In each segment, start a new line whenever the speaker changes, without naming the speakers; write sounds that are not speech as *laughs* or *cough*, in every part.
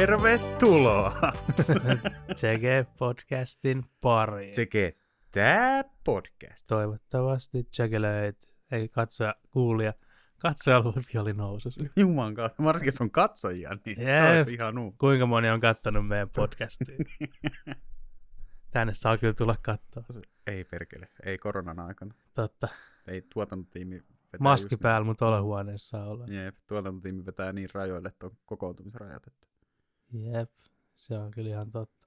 Tervetuloa!
Tseke podcastin pariin.
Tseke, tää podcast.
Toivottavasti tsekelöit, ei katsoja, kuulia. Katsojaluvutkin oli nousussa.
Juman kautta, varsinkin jos on katsojia, niin se
Jep.
olisi ihan uu.
Kuinka moni on kattanut meidän
*laughs*
podcastiin? Tänne saa kyllä tulla katsoa.
Ei perkele, ei koronan aikana.
Totta.
Ei tuotantotiimi vetää
Maski
just
päällä, mutta olohuoneessa saa olla.
Niin, jep, tuotantotiimi vetää niin rajoille, että on kokoontumisrajat. Että.
Jep, se on kyllä ihan totta.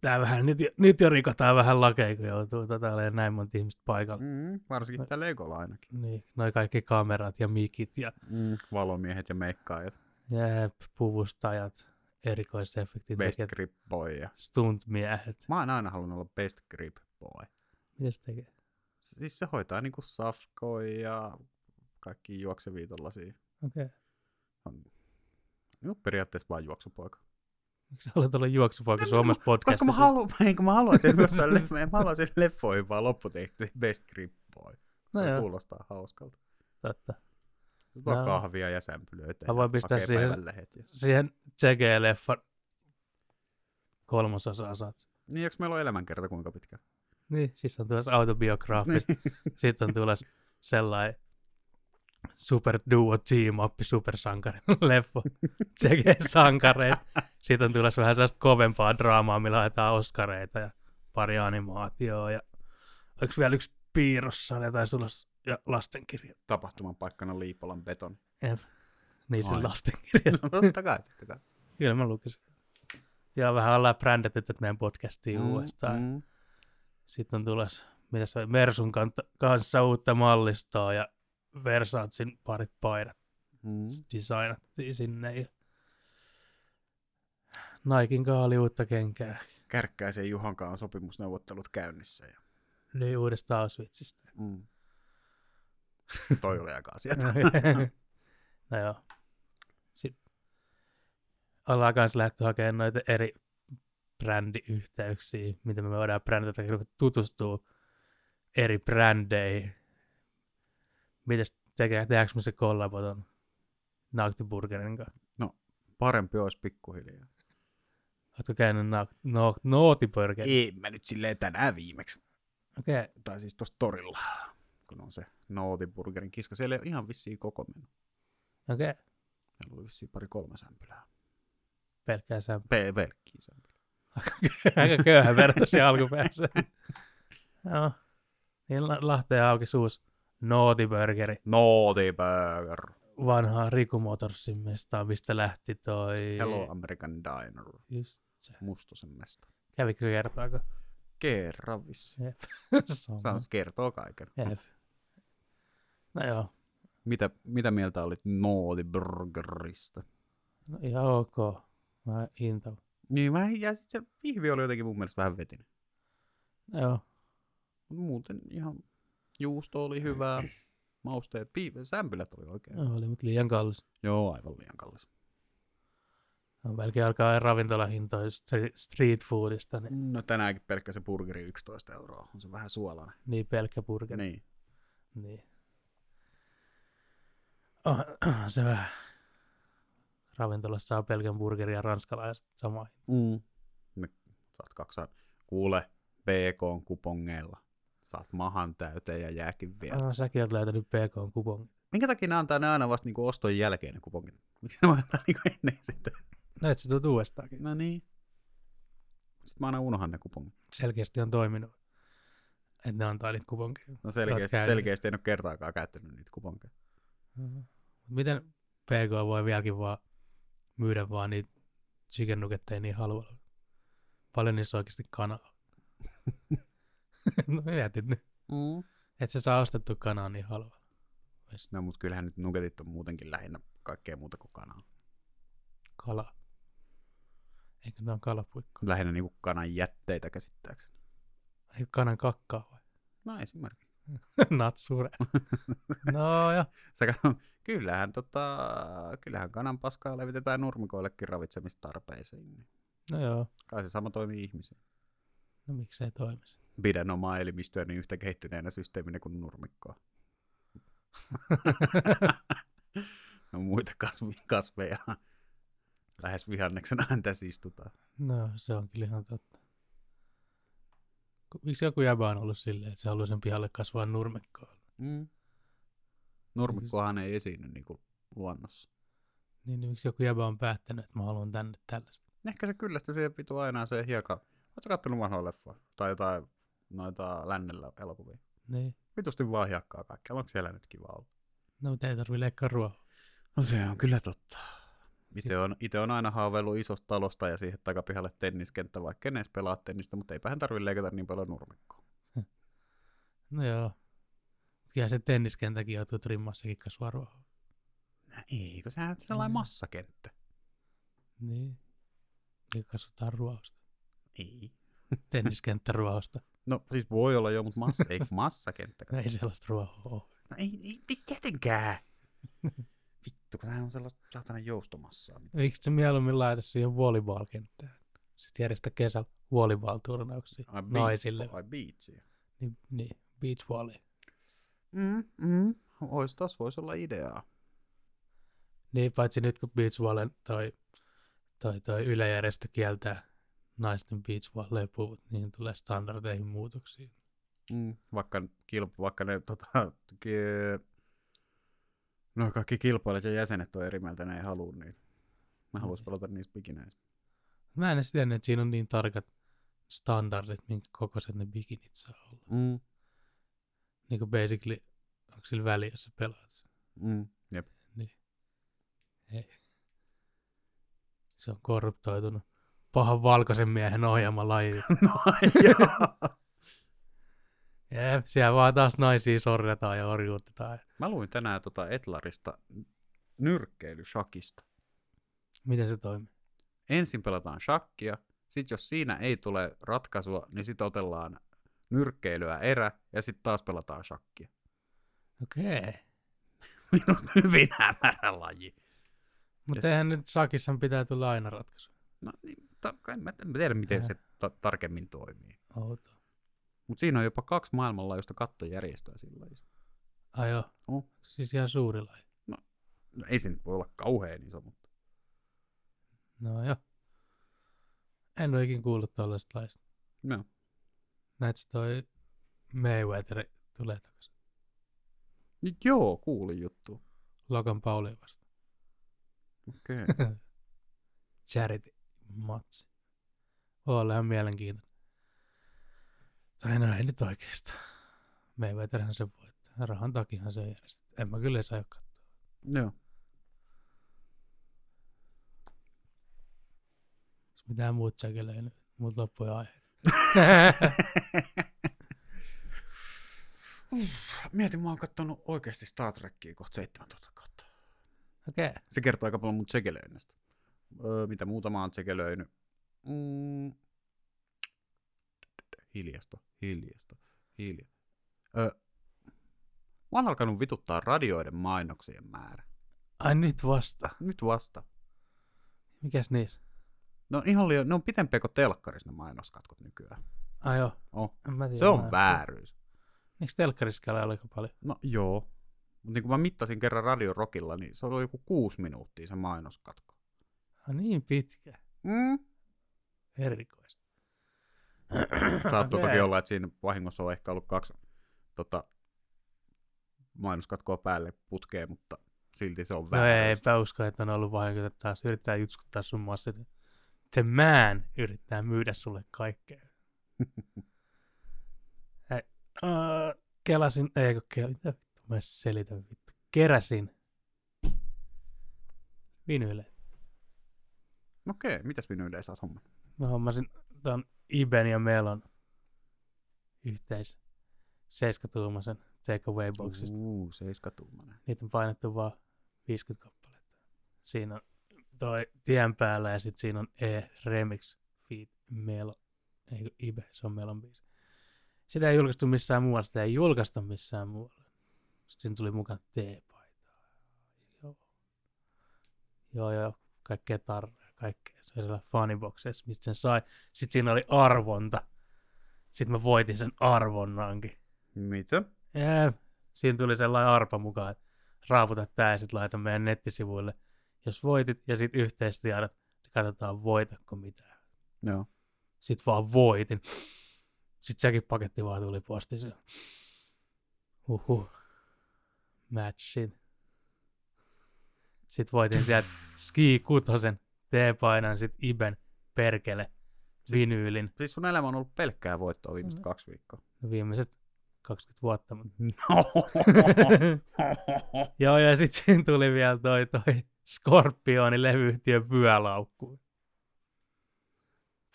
Tää vähän, nyt, jo, nyt jo rikotaan vähän lakeja, kun joutuu tota olemaan näin monta ihmistä paikalla.
Mm, varsinkin täällä Legolla ainakin.
Niin, noi kaikki kamerat ja mikit ja
Mm. Valomiehet ja meikkaajat.
jep, puvustajat, erikoisefektin
Best
tekijät,
grip boy. ja-
stuntmiehet.
Mä oon aina halunnut olla best grip boy.
Mitäs tekee?
Siis se hoitaa niinku safkoja ja kaikki juoksevia tollasia.
Okei. Okay.
On niinku periaatteessa vaan juoksupoika.
Miksi sä haluat olla juoksupoika
No,
Suomessa podcastissa?
Koska mä, halu, *laughs* eikö mä haluaisin
*laughs*
jossain leff, mä haluaisin leffoihin vaan lopputeksti Best Grip Boy.
No
Se
joo.
kuulostaa hauskalta.
Totta.
Vaan
No.
kahvia ja sämpylöitä.
Mä
ja
voin pistää
hakee
siihen-
päivällä heti.
Siihen tsegee leffan kolmososaa saat.
Niin, jos meillä on elämänkerta kuinka pitkä?
Niin, siis on tuossa autobiograafista.
Niin.
*laughs* Sitten on tulossa sellainen super duo team up supersankarin *laughs* leffo. Tsegee sankareita. Sitten on tulossa vähän sellaista kovempaa draamaa, millä haetaan oskareita ja pari animaatioa. Ja oliko vielä yksi piirrossa jotain tulossa ja lastenkirja.
Tapahtuman paikkana Liipolan
*laughs*
beton.
Jep. Niin se
Ai.
lastenkirja.
No, totta kai, totta kai.
*laughs* Kyllä mä lukisin. Ja vähän ollaan brändätty tätä meidän podcastia mm, uudestaan. Mm.
Mm.
Sitten on tulossa, mitä se oli, Mersun kanta, kanssa uutta mallistoa ja Versatsin parit paidat
Mm.
designattiin sinne. Ja Naikin kanssa oli uutta kenkää.
Kärkkäisen Juhan kanssa on sopimusneuvottelut käynnissä. Ja...
Niin uudesta Auschwitzista. *laughs*
Mm. Toi oli aika asia.
no joo. Sitten ollaan kanssa lähdetty hakemaan noita eri brändiyhteyksiä, mitä me voidaan brändätä, kun tutustuu eri brändeihin. Mitäs tekee, tehdäänkö me se kollaboton Nautiburgerin kanssa?
Parempi olisi pikkuhiljaa.
Oletko käynyt Naut- no, Nautiburgerin?
En mä nyt silleen tänään viimeksi,
Okei, okay.
tai siis tuossa torilla, kun on se Nootiburgerin kiska. Siellä ei ole ihan vissiin koko mennyt.
okei. Okay.
Siellä oli vissiin pari kolme sämpylää.
Pelkkää sä
Pe- pelkkiä sämpylää.
*laughs* aika köyhä verta siellä alkupäässä. Joo. Niin La- Lahteen auki suus Nautiburgeri.
Nootiburger.
vanhaa Riku Motorsin mestaa, mistä lähti toi...
Hello American Diner.
Just se.
Mustosen mesta.
Kävikö se kertaako?
Kerran vissiin. *laughs*
Jep. Sama.
Sano, se kertoo kaiken.
Jep. No joo,
Mitä, mitä mieltä olit Nootiburgerista?
no ihan ok. Mä into.
Niin mä, ja sit se pihvi oli jotenkin mun mielestä vähän vetinen.
No joo,
Mut Muuten ihan juusto oli
*clears throat*
hyvää. Mausteet, piive, sämpylät oli oikein.
no, oli mut liian kallis.
Joo, aivan liian kallis.
No, melkein alkaa ravintolahintoja stre- street foodista, niin,
No tänäänkin pelkkä se burgeri 11 euroa. On se vähän suolainen.
niin pelkkä burgeri.
Niin.
Niin. Oh, *clears throat* se vähän. Ravintolassa saa pelkän burgerin ja ranskalaiset sama.
Mm. Me saat kaksan. Kuule, BK on kupongeilla. Saat mahan täyteen ja jääkin vielä.
Ah, säkin oot löytänyt PK-kupon.
Minkä takia ne antaa ne aina vasta niinku oston jälkeen ne kupongit? Miksi ne antaa niinku ennen sitä?
No et sä tuut uudestaankin.
No niin. Sitten mä aina unohan ne kupongit.
Selkeästi on toiminut. Että ne antaa niitä kuponkeja.
No selkeästi,
käynyt.
selkeästi en ole kertaakaan käyttänyt niitä kuponkeja.
Miten PK voi vieläkin vaan myydä vaan niitä chicken nuggetteja niin halvalla? Paljon niissä oikeasti kanaa. no mietin nyt.
Mm.
Et sä saa ostettu kanaa niin halvalla.
No mut kyllähän nyt nugetit on muutenkin lähinnä kaikkea muuta kuin kanaa.
Kala. Eikö ne ole kalapuikko?
Lähinnä niinku kanan jätteitä käsittääkseni.
Eikö kanan kakkaa vai? *laughs*
No esimerkiksi.
Natsure. no joo.
Sä katsot, *laughs* kyllähän, tota, kyllähän kanan paskaa levitetään nurmikoillekin ravitsemistarpeisiin. niin
No joo.
Kai se sama toimii ihmisiin.
No miksei toimisi?
Pidän omaa elimistöä niin yhtä kehittyneenä systeeminä kuin nurmikkoa. *laughs* no, muita kasvi, kasveja. Lähes *laughs* vihanneksen häntä istutaan.
No, se on kyllä ihan totta. Ku- Miksi joku jäbä on ollut silleen, että se haluaa sen pihalle kasvaa nurmikkoa?
Mm. Nurmikkohan ei esiinny niinku luonnossa.
Niin, niin miksi joku jäbä on päättänyt, että mä haluan tänne tällaista?
Ehkä se kyllästyy siihen pitu aina se hieka. Oletko kattonut vanhoja leffoja? Tai jotain noita lännellä elokuvia?
Niin.
Vitusti vaan hiekkaa kaikkea. Onko siellä nyt kiva olla?
No, mutta ei tarvi leikkaa ruohoa.
No se on kyllä totta. Itse on, ite on aina haaveillut isosta talosta ja siihen takapihalle tenniskenttä, vaikka en edes pelaa tennistä, mutta eipä hän tarvitse leikata niin paljon nurmikkoa.
No joo. Kyllä se tenniskentäkin joutuu trimmassakin kasvaa ruohoa.
Nä, Ei, kun sehän on sellainen
Mm.
massakenttä.
Niin. Ja kasvataan ruohosta.
Ei.
Tenniskenttä ruohosta. *laughs*
No siis voi olla jo, mutta massa, ei *laughs* massakenttä.
No, ei sellaista ruohoa ole.
No ei, ei, ei tietenkään. *laughs* Vittu, kun hän on sellaista saatana joustomassaa.
Eikö se mieluummin laita siihen volleyballkenttään? Sitten järjestä kesällä volleyball-turnauksia
Ai, bi-
naisille.
Ai biitsiä.
Niin, niin, beach volley.
Mm, mm. Ois taas voisi olla ideaa.
Niin, paitsi nyt kun beach volleyn toi, toi, toi ylejärjestö kieltää naisten beach volley-puvut, niihin tulee standardeihin muutoksia.
Mm. Vaikka, kilp- vaikka ne tota, ki- no kaikki kilpailijat ja jäsenet on eri mieltä, ne ei halua niitä. Mä haluaisin pelata niissä bikineissä.
Mä en edes tiennyt, että siinä on niin tarkat standardit, minkä kokoiset ne bikinit saa olla.
Mm.
Niin kuin basically, onko sillä väliä, jos sä pelaat sen?
Mm. Jep.
Se on korruptoitunut pahan valkoisen miehen ohjaama laji.
*laughs* No *laughs* joo.
Jep, siellä vaan taas naisia sorjataan ja orjuutetaan.
Mä luin tänään tota Etlarista nyrkkeilyshakista.
Miten se toimii?
ensin pelataan shakkia, sitten jos siinä ei tule ratkaisua, niin sitten otellaan nyrkkeilyä erä ja sitten taas pelataan *laughs* shakkia.
Okei. Okay.
Minusta hyvin hämärä laji.
Mutta eihän nyt sakissa pitää tulla aina ratkaisu.
No niin, ta- en mä en mä tiedä miten se ta- tarkemmin toimii.
Outo.
Mutta siinä on jopa kaksi maailmanlaajuista kattojärjestöä sillä lajissa.
Ai joo.
Oh.
Siis ihan suuri laji.
No, ei se nyt voi olla kauhean iso, mutta
No joo. En ole ikin kuullut tuollaista laista.
no.
Näet se toi Mayweather tulee takaisin.
Nyt joo, kuulin juttu.
Logan Pauli vasta.
Okei.
Charity matsi. Olla ihan mielenkiintoinen. Tai no ei nyt oikeastaan. Mayweatherhän se voittaa. Rahan takiahan se on järjestetty. En mä kyllä saa katsoa.
*laughs* joo.
Jos mitään muut säkelöi, niin mut loppui aiheet.
Mietin, mä oon kattonut oikeasti Star Trekkiä kohta 7000 kautta.
Okei. Okay.
se kertoo aika paljon mun tsekelöinnistä. Öö, mitä muuta mä oon tsekelöinyt. Mm. Hiljasta, hiljasta, hiljaa. Öö, mä oon alkanut vituttaa radioiden mainoksien määrä.
Ai nyt vasta.
Nyt vasta.
Mikäs niissä?
No ihan liian, ne on pitempiä kuin telkkarissa ne mainoskatkot nykyään.
Ai joo.
Oh.
En mä tiedä,
Se on vääryys.
Eikö telkkariskalla ole aika paljon?
No joo. Mutta niin kun mä mittasin kerran radiorokilla, niin se oli joku kuusi minuuttia se mainoskatko.
Ah, niin pitkä.
Mm. *clears throat*
Erikoista.
Saattoi toki
Okei.
olla, tuota että siinä vahingossa on ehkä ollut kaksi tota, mainoskatkoa päälle putkeen, mutta silti se on
No
väärin.
eipä usko, että on ollut vahinko, että taas yrittää jutskuttaa sun muassa. että The man yrittää myydä sulle
*laughs*
kaikkea. Hei, uh, kelasin, eikö kelasin, mitä vittu mä selitän vittu. Keräsin vinyle.
No Okei, mitäs minun yleensä oot homma?
Mä hommasin ton Iben ja Melon yhteis 7-tuumaisen takeaway boxista.
Uu, seiskatuumainen.
niitä on painettu vaan 50 kappaletta. Siinä on toi tien päällä ja sitten siinä on E Remix Feed Melo. Ei kun Ibe, se on Melon biisi. Sitä ei julkaistu missään muualla, sitä ei julkaista missään muualla. Sitten siinä tuli mukaan T-paita. Joo. Joo, joo, kaikkea tarraa, kaikkea. Se oli siellä faniboxeissa, mistä sen sai. Sitten siinä oli arvonta. Sitten mä voitin sen arvonnankin.
Mitä?
Jep. Siinä tuli sellainen arpa mukaan, että raaputa tää ja sit laita meidän nettisivuille, jos voitit, ja sit yhteistiedot niin katsotaan voitako mitään.
Joo.
Sitten vaan voitin. Sitten sekin paketti vaan tuli postissa. Huhhuh. Matchit. Sitten voitin sieltä Ski Kutosen, T-painan, sitten Iben, Perkele, Vinyylin. No
Siis sun elämä on ollut pelkkää voittoa
Mm.
viimeiset kaksi viikkoa.
Viimeiset 20 vuotta. mut-
No.
Joo, ja sitten *laughs* siinä tuli vielä toi, toi Skorpionin levyyhtiön vyölaukku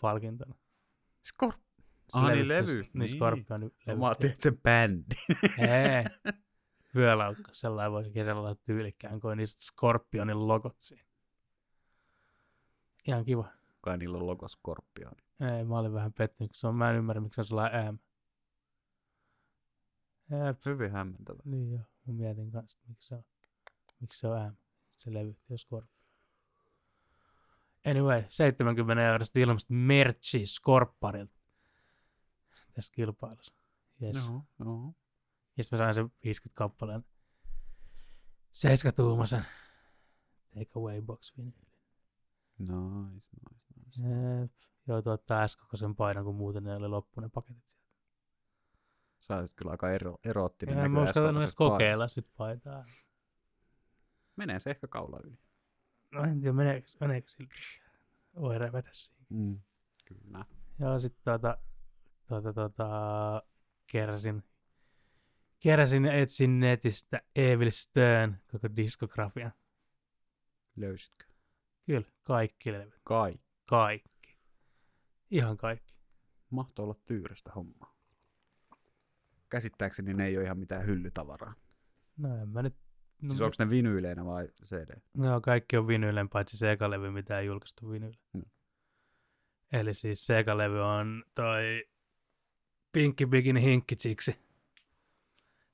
palkintona.
*laughs* Skor... Ah, niin
Levyhtiö-
levy.
Niin, Skorpionin levyyhtiö.
Mä ajattelin, että se bändi.
Ei. Vyölaukku, sellainen voi kesällä olla tyylikkään, kun on niistä Skorpionin logot siinä. Ihan kiva.
Kai niillä on logo Skorpion.
Ei, mä olin vähän pettynyt, kun se on, mä en ymmärrä, miksi se on sellainen M. Jep,
Hyvin hämmentävä.
niin joo, mä mietin kanssa, että miksi se on, miksi se on M, se levyhtiö Scorpio. Anyway, 70 eurosta ilmasta merchi Skorpparilta tässä kilpailussa. Yes. No.
Joo, joo.
Ja sitten mä sain sen 50 kappaleen 7-tuumaisen Take Away Box vinyyli.
Nice, nice, nice.
Jep. Joutui ottaa s sen painon, kun muuten ne oli loppu ne paketit sieltä.
Sä olisit kyllä aika ero, eroottinen.
Ja en mä
näköjään
uskaltanut edes
sellaisessa paikassa.
kokeilla sit paitaa.
Menee se ehkä kaula yli.
No en tiedä, meneekö, meneekö silti. Oire vetä siinä.
Mm. Kyllä.
Joo, sit tuota, tuota, tuota, keräsin, keräsin ja etsin netistä Evil Stern koko diskografia.
Löysitkö?
Kyllä, kaikki levyt.
Kai.
Kaikki. Ihan kaikki.
Mahtoi olla tyyristä hommaa. Käsittääkseni ne ei ole ihan mitään hyllytavaraa.
No en mä nyt... No,
Siis onko ne vinyyleinä vai CD?
Joo, kaikki on vinylen, paitsi se eka levy, mitä ei julkaistu vinylle.
Mm.
Eli siis se eka levy on toi Pinky Bigin Hinkkitsiksi,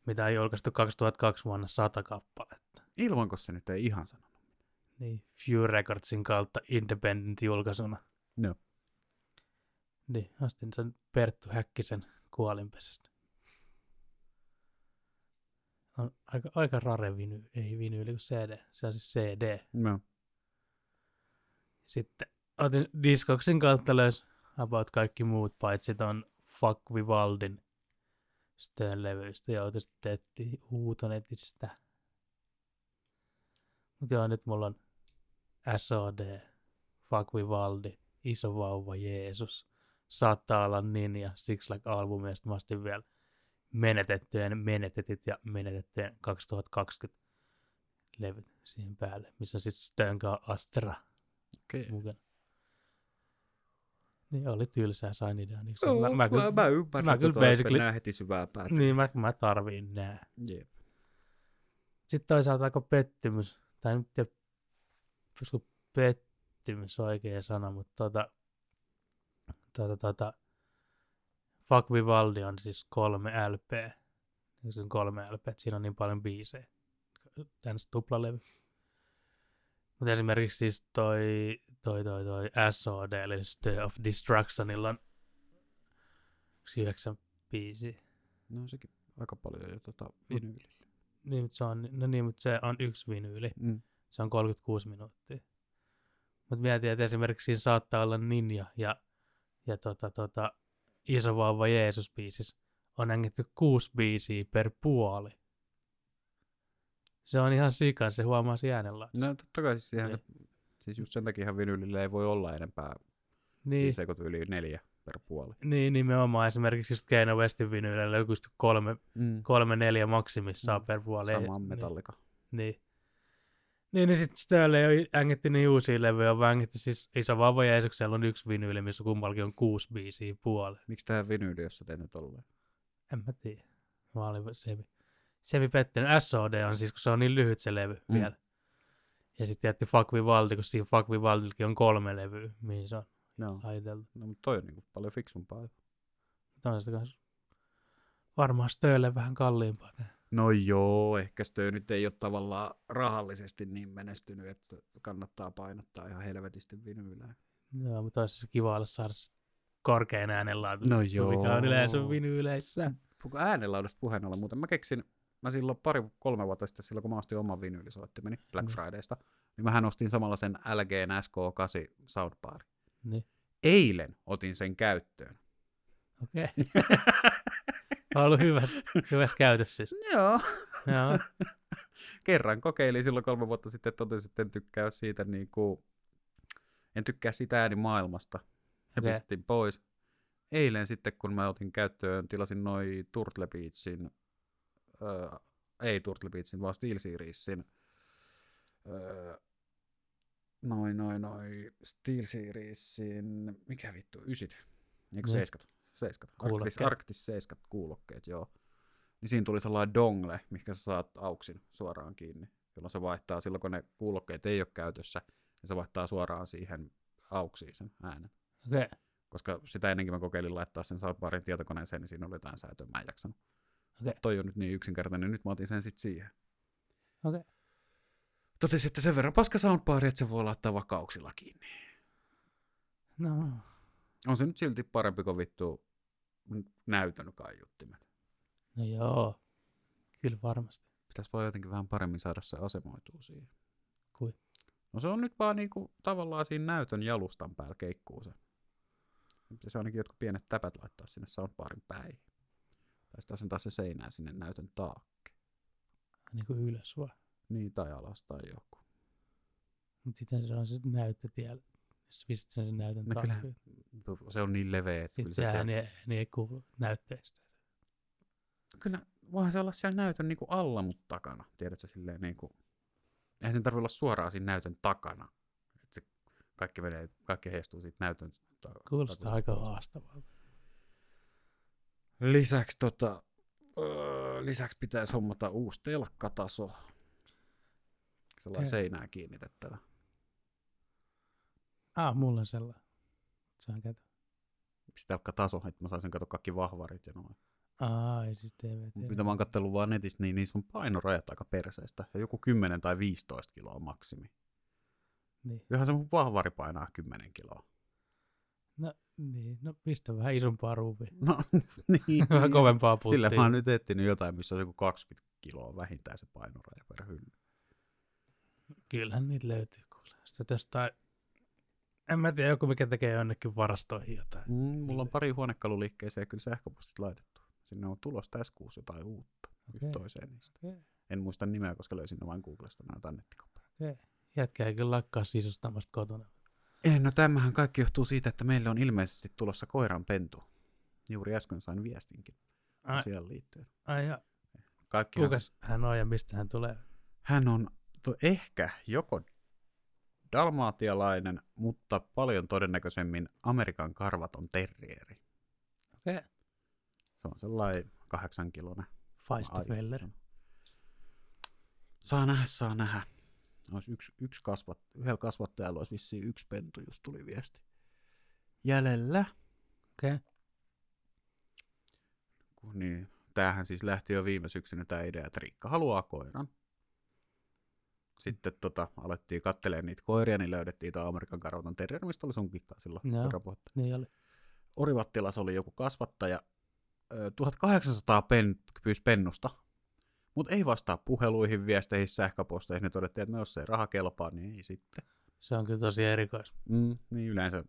mitä ei julkaistu 2002 vuonna 100 kappaletta.
Ilmanko se nyt ei ihan sanonut?
Niin, Few Recordsin kautta independent julkaisuna.
Joo.
Niin, ostin sen Perttu Häkkisen kuolinpesästä. On aika, aika rare viny, ei vinyyli kuin CD, se on siis CD.
No.
Sitten otin Discogsin kautta löys about kaikki muut, paitsi ton Fuck Vivaldin Stern-levyistä, joita sitten etti huutonetistä. Mut joo, nyt mulla on SOD, Fuck Vivaldi, Iso Vauva Jeesus, Saattaa olla niin ja Six Like albumi, ja sit mä ostin vielä menetettyjen, menetetit ja menetettyjen 2020 levyt siihen päälle, missä on sitten Stern Astra
Okei.
mukana. Niin oli tylsää sain idean. Niin no, mä, mä, kyllä,
mä, ymmärrän,
mä kyllä
tota, että
basically-
mennään heti syvää päätä.
niin mä, mä tarviin nää.
Jep.
Sitten toisaalta aika pettymys, tai nyt tiedä, olisiko pettymys oikea sana, mutta tota, tota, tota, Fuck Vivaldi on siis kolme LP. Niin Se on kolme LP, että siinä on niin paljon biisejä. Tänne tuplalevy. Mutta esimerkiksi siis toi, toi, toi, toi SOD, eli siis Stir of Destructionilla on yksi yhdeksän biisiä.
No on sekin aika paljon jo tota vinyylillä.
Niin, mut se on, no niin, mutta se on yksi vinyyli.
Mm.
Se on 36 minuuttia. Mutta mietin, että esimerkiksi siinä saattaa olla Ninja ja, ja tota, tota, Iso vauva Jeesus biisissä on hengitty kuusi biisiä per puoli. Se on ihan sikan, se huomaa äänellä.
No totta kai siis, ihan,
Niin.
siis just sen takia ihan vinyylillä ei voi olla enempää
niin,
biisejä kuin yli neljä per puoli.
niin, nimenomaan esimerkiksi just Keino Westin vinyyleillä joku just kolme,
Mm.
kolme neljä maksimissaan
Mm,
per puoli. Ei-
Samaan
niin.
metallika.
Niin. Niin, niin sitten Stölle ei ole ängetty niin uusia levyjä, on ängetty siis Iso Vauva Jeesuksella on yksi vinyyli, missä kummallakin on kuusi biisiä puoleen.
Miksi tähän vinyyli, jos sä teet nyt olleen?
En mä tiedä. Mä olin semi, semi pettynyt. SOD on siis, kun se on niin lyhyt se levy
Mm.
mm. vielä. Ja sitten jätti Fuck Vivaldi, kun siinä Fuck Vivaldillakin on kolme levyä, mihin se on
No,
ajateltu.
no mutta toi on niinku paljon fiksumpaa.
Toisesta kanssa. Varmaan Stölle vähän kalliimpaa tää.
No joo, ehkä Stö nyt ei ole tavallaan rahallisesti niin menestynyt, että kannattaa painottaa ihan helvetisti vinyylää.
Joo, mutta olisi se kiva olla saada se korkein äänenlaatu,
No
mikä on yleensä
joo.
vinyyleissä.
Onko äänenlaadusta puheen olla muuten? Mä keksin, mä silloin pari, kolme vuotta sitten, silloin kun mä ostin oman vinyylisoittimeni niin Black
Mm.
Fridaysta, niin mähän ostin samalla sen LG SK8 soundbari.
Niin.
Eilen otin sen käyttöön.
Okei. *laughs* On ollut hyvässä, hyvässä käytössä siis.
Joo.
Joo.
Kerran kokeilin silloin kolme vuotta sitten, totesin, että en tykkää siitä niin kuin, en tykkää sitä äänimaailmasta. Ja
Okei.
pistin pois. Eilen sitten, kun mä otin käyttöön, tilasin noi Turtle Beachin, äh, ei Turtle Beachin, vaan Steel Seriesin, äh, noin, noin, noin, Steel Seriesin, mikä vittu, ysit, eikö
Joo.
seiskat? Seiskat, Arktis,
Kuulokkeet.
Arktis seiskat kuulokkeet, joo. Niin siinä tuli sellainen dongle, mikä sä saat auksin suoraan kiinni, jolloin se vaihtaa, silloin kun ne kuulokkeet ei ole käytössä, niin se vaihtaa suoraan siihen auksiin sen äänen
Okei.
koska sitä ennenkin mä kokeilin laittaa sen Soundbarin tietokoneeseen, niin siinä oli jotain säätöä, mä en jaksanut.
Okei.
Toi on nyt niin yksinkertainen, nyt mä otin sen sitten siihen.
Okei.
Totesin, että sen verran paska soundbari, että se voi laittaa vakauksilla kiinni.
No,
On se nyt silti parempi kuin vittu näytön kaiuttimet.
no joo. Kyllä varmasti.
Pitäisi vaan jotenkin vähän paremmin saada se asemoituu siihen.
Kui?
No se on nyt vaan niinku tavallaan siinä näytön jalustan päällä keikkuu se. Pitäisi ainakin jotkut pienet täpät laittaa sinne soundbarin päin. Tai sitten asentaa se seinään sinne näytön taakse.
Niin kuin ylös vaan.
Niin, tai alas tai joku.
Mutta sitten se on se näyttötiellä. Jos pistät sen, sen näytön
No
taakse,
kyllähän- Se on niin leveä, että
Sitten
kyllä
se
se,
ääni
se
ei, ääni niin, ei kuulu näytteestä. niin-
Kyllä, voihan se olla siellä näytön niinku alla, mutta takana. Tiedätkö, silleen niinku... Eihän sen tarvitse olla suoraan siinä näytön takana. Et se kaikki, menee, kaikki heijastuu siitä näytön ta-
Kuulostaa
takusta
aika
pois.
haastavalta.
Lisäksi, tota, öö, lisäksi pitäisi hommata uusi telkkataso. Sellainen
Te-
seinään kiinnitettävä.
Ah, mulla on sellainen. Saan käydä.
Telkkataso, että mä saisin katsoa kaikki vahvarit ja noin.
Ah, ei siis TV.
Mut Mitä mä oon kattellut vaan netistä, niin niissä on painorajat aika perseestä. Ja joku 10 tai 15 kiloa maksimi.
Niin.
Johan se mun vahvari painaa 10 kiloa.
No, niin. no pistä vähän isompaa ruuvia.
No *laughs* niin.
Vähän kovempaa puttia.
Sillä mä oon nyt etsinyt jotain, missä on joku 20 kiloa vähintään se painoraja per hylly.
Kyllähän niitä löytyy kuule. Sitten jostain, en mä tiedä, joku mikä tekee jonnekin varastoihin jotain.
Mm, mulla on pari huonekaluliikkeeseen kyllä sähköpostit laitettu. Sinne on tulos tässä kuussa jotain uutta. Okay.
Okei.
Toiseen niistä.
Okei.
En muista nimeä, koska löysin ne vain Googlesta näitä nettikauppaa.
Jätkä ei kyllä lakkaa sisustamasta kotona.
Ei, no tämähän kaikki johtuu siitä, että meille on ilmeisesti tulossa koiranpentu. Juuri äsken sain viestinkin
Ai.
asiaan liittyen.
Ai ja,
Kaikki
kukas hän on ja mistä hän tulee?
Hän on to, ehkä joko dalmaatialainen, mutta paljon todennäköisemmin Amerikan karvaton terrieri.
Okei.
Se on sellainen kahdeksankiloinen. Ai,
Feistefeller.
se on. Saa nähdä, saa nähdä. Olisi yksi, yksi kasvat, yhdellä kasvattajalla olisi vissiin yksi pentu, just tuli viesti. Jäljellä.
Okei.
Kun Niin. Tämähän siis lähti jo viime syksynä tämä idea, että Riikka haluaa koiran. Sitten tota, alettiin kattelemaan niitä koiria, niin löydettiin tuo Amerikan karvatan terrier, mistä oli sun kikkaa silloin.
Joo.
kerran puhetta.
Niin oli.
Orivattilassa oli joku kasvattaja, ö, 1800 pen, pyysi pennusta, mutta ei vastaa puheluihin, viesteihin, sähköposteihin. Ne todettiin, että no, jos ei raha kelpaa, niin ei sitten.
Se on kyllä tosi erikoista.
Mm, niin yleensä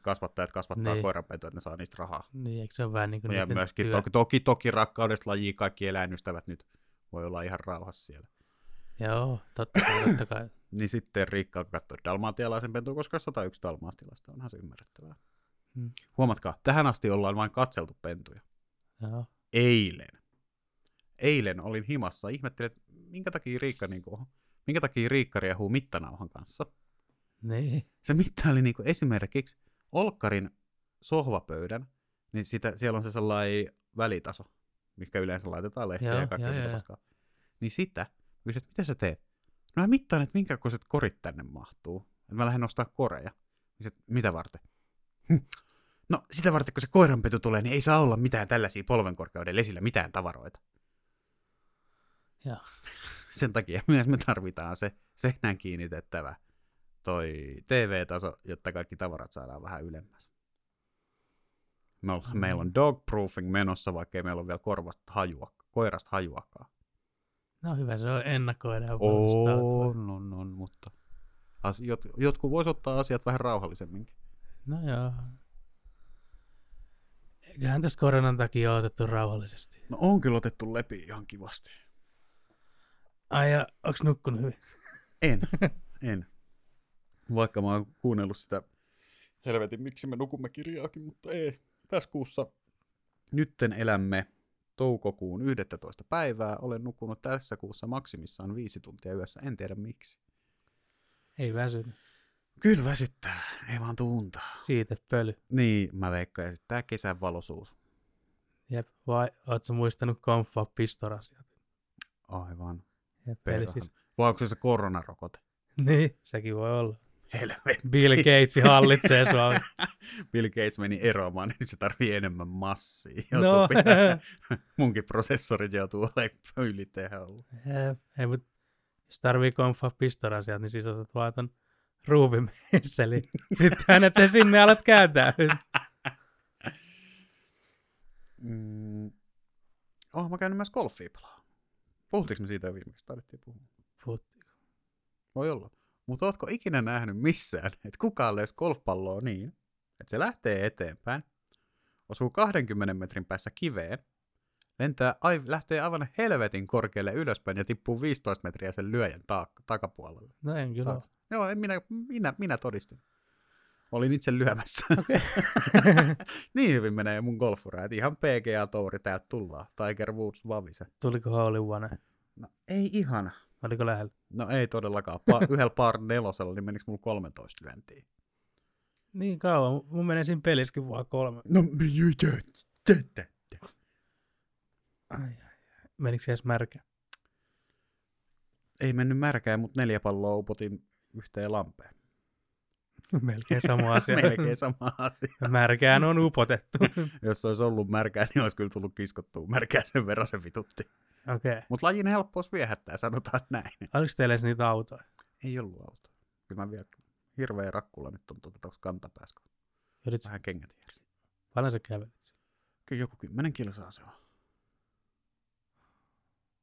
kasvattajat kasvattaa
Niin.
niin. koiranpentua, että ne saa niistä rahaa.
Niin, eikö se ole vähän niin kuin
Ja
niiden
myöskin
työ?
toki, toki, toki rakkaudesta lajiin kaikki eläinystävät nyt voi olla ihan rauhassa siellä.
Joo, totta kai, totta kai. *laughs*
Niin sitten Riikka alkoi katsoa dalmaatialaisen pentun, koska 101 dalmaatilaista onhan se ymmärrettävää.
Mm.
Huomatkaa, tähän asti ollaan vain katseltu pentuja.
Joo.
Eilen. Eilen olin himassa. Ihmettelin, että minkä takia Riikka, niin kuin, minkä takia Riikka riehuu mittanauhan kanssa.
Niin.
Se mitta oli niin kuin esimerkiksi Olkkarin sohvapöydän, niin sitä, siellä on se sellainen välitaso, mikä yleensä laitetaan lehtiä
Joo,
ja kaikkea
joo,
muuta
joo.
paskaa. Niin sitä, kysyt, että mitä sä teet? No mä mittaan, että minkä koiset korit tänne mahtuu. Et mä lähden ostaa koreja. Kysyt, että mitä varten? No sitä varten, kun se koiranpetu tulee, niin ei saa olla mitään tällaisia polvenkorkeuden esillä mitään tavaroita.
Joo.
*laughs* Sen takia myös me tarvitaan se seinään kiinnitettävä toi TV-taso, jotta kaikki tavarat saadaan vähän ylemmäs. Me
Mm.
ollaan, meillä on dogproofing menossa, vaikkei meillä on vielä korvasta hajua, koirasta hajuakaan.
No hyvä, se on ennakoida ja valmistautua.
On, on, on, mutta As, jot, jotkut vois ottaa asiat vähän rauhallisemminkin.
No joo. Eiköhän tässä koronan takia ole otettu rauhallisesti.
No on kyllä otettu läpi ihan kivasti.
Ai ja, onks nukkunut hyvin?
*laughs* En, en. Vaikka mä oon kuunnellut sitä helvetin miksi me nukumme kirjaakin, mutta ei. Tässä kuussa nytten elämme toukokuun 11. päivää. Olen nukkunut tässä kuussa maksimissaan viisi tuntia yössä. En tiedä miksi.
Ei väsynyt.
Kyllä väsyttää. Ei vaan tunta.
Siitä pöly.
Niin, mä veikkaan. Ja sitten tää kesän valosuus.
Jep. Vai ootko muistanut konfaa pistorasiat?
Aivan.
Jep, eli
Perhana.
siis, *laughs*
Vai onko se se koronarokote?
niin, sekin voi olla.
Helvetti.
Bill Gates
*laughs*
hallitsee sua.
Bill Gates meni eroamaan, niin se tarvii enemmän massia.
no,
Joutuu Munkin prosessorit joutuu olemaan pöyliteholla.
*laughs* jep. ei, mut jos tarvii konfaa pistorasiat, niin siis otat vaan ton
*laughs*
ruuvimesseli. Sitten hänet sen sinne alat kääntää.
Mm. Oh, mä käynyt myös golfia pelaa. Puhuttiinko me siitä jo viimeksi? Taidettiin puhua.
Mut
Voi olla. Mutta ootko ikinä nähnyt missään, *laughs* että kukaan löisi golfpalloa niin, että se lähtee eteenpäin, osuu 20 metrin päässä kiveen, lentää, ai, lähtee aivan helvetin korkealle ylöspäin ja tippuu 15 metriä sen lyöjän taak- takapuolelle.
No en kyllä.
Taakse. Joo, en minä, minä, minä todistin. Olin itse lyömässä.
Okei.
*laughs* niin hyvin menee mun golfura, että ihan PGA-touri täältä tullaan. Tiger Woods Vavise.
Tuliko hole in one?
No ei ihana.
Oliko lähellä?
No ei todellakaan.
*laughs*
Pa- yhdellä par nelosella, niin menikö mulla 13 lyöntiä?
Niin kauan. Mun menee siinä pelissäkin vaan kolme.
No mitä? Tätä.
Ai, ai, ai. Menikö se edes märkä?
*laughs* Ei mennyt märkään, mutta neljä palloa upotin yhteen
*laughs*
lampeen.
Melkein sama asia.
Melkein sama asia.
Märkään on upotettu.
Jos se olisi ollut märkää, niin olisi kyllä tullut kiskottua. Märkää sen verran se vitutti.
Okei. Okay.
Mutta lajin helppous viehättää, sanotaan näin.
Oliko teillä edes niitä autoja?
Ei ollut autoa. Kyllä mä vielä hirveä rakkula nyt on tuota tuossa kantapäässä, kun
Yrit,
vähän kengät järsi.
paljon sä kävelit? siinä?
Kyllä joku kymmenen kilsaa se on.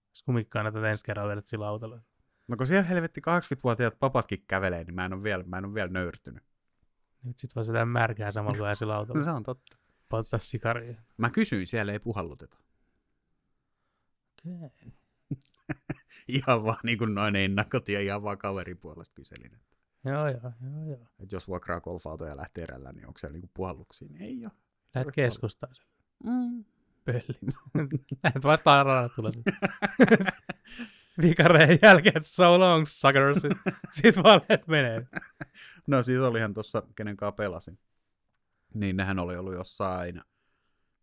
Jos kumikkaan näitä ensi kerralla vedät sillä autolla.
No kun siellä helvetti 80-vuotiaat papatkin kävelee, niin mä en ole vielä, mä en ole vielä nöyrtynyt.
Nyt sit vois vetää märkää samalla kun ajaa
*laughs*
sillä autolla.
No Se on totta.
Polttaa sikaria.
Mä kysyin, siellä ei puhalluteta. *laughs*
Okei.
Ihan vaan niin kuin noin ennakot ja ihan vaan kaverin puolesta kyselin. Että,
Joo, joo, joo, joo.
että jos vuokraa golfautoja ja lähtee erällä, niin onko siellä niin puhalluksiin? Ei ole.
Lähet keskustaan sen.
Mm.
Pöllit. *laughs* Lähet vastaan rana tulee. *laughs* Vikareen jälkeen, so long, suckers. Sitten vaan lähet menee.
No siis olihan tuossa, kenen kanssa pelasin. Niin nehän oli ollut jossain,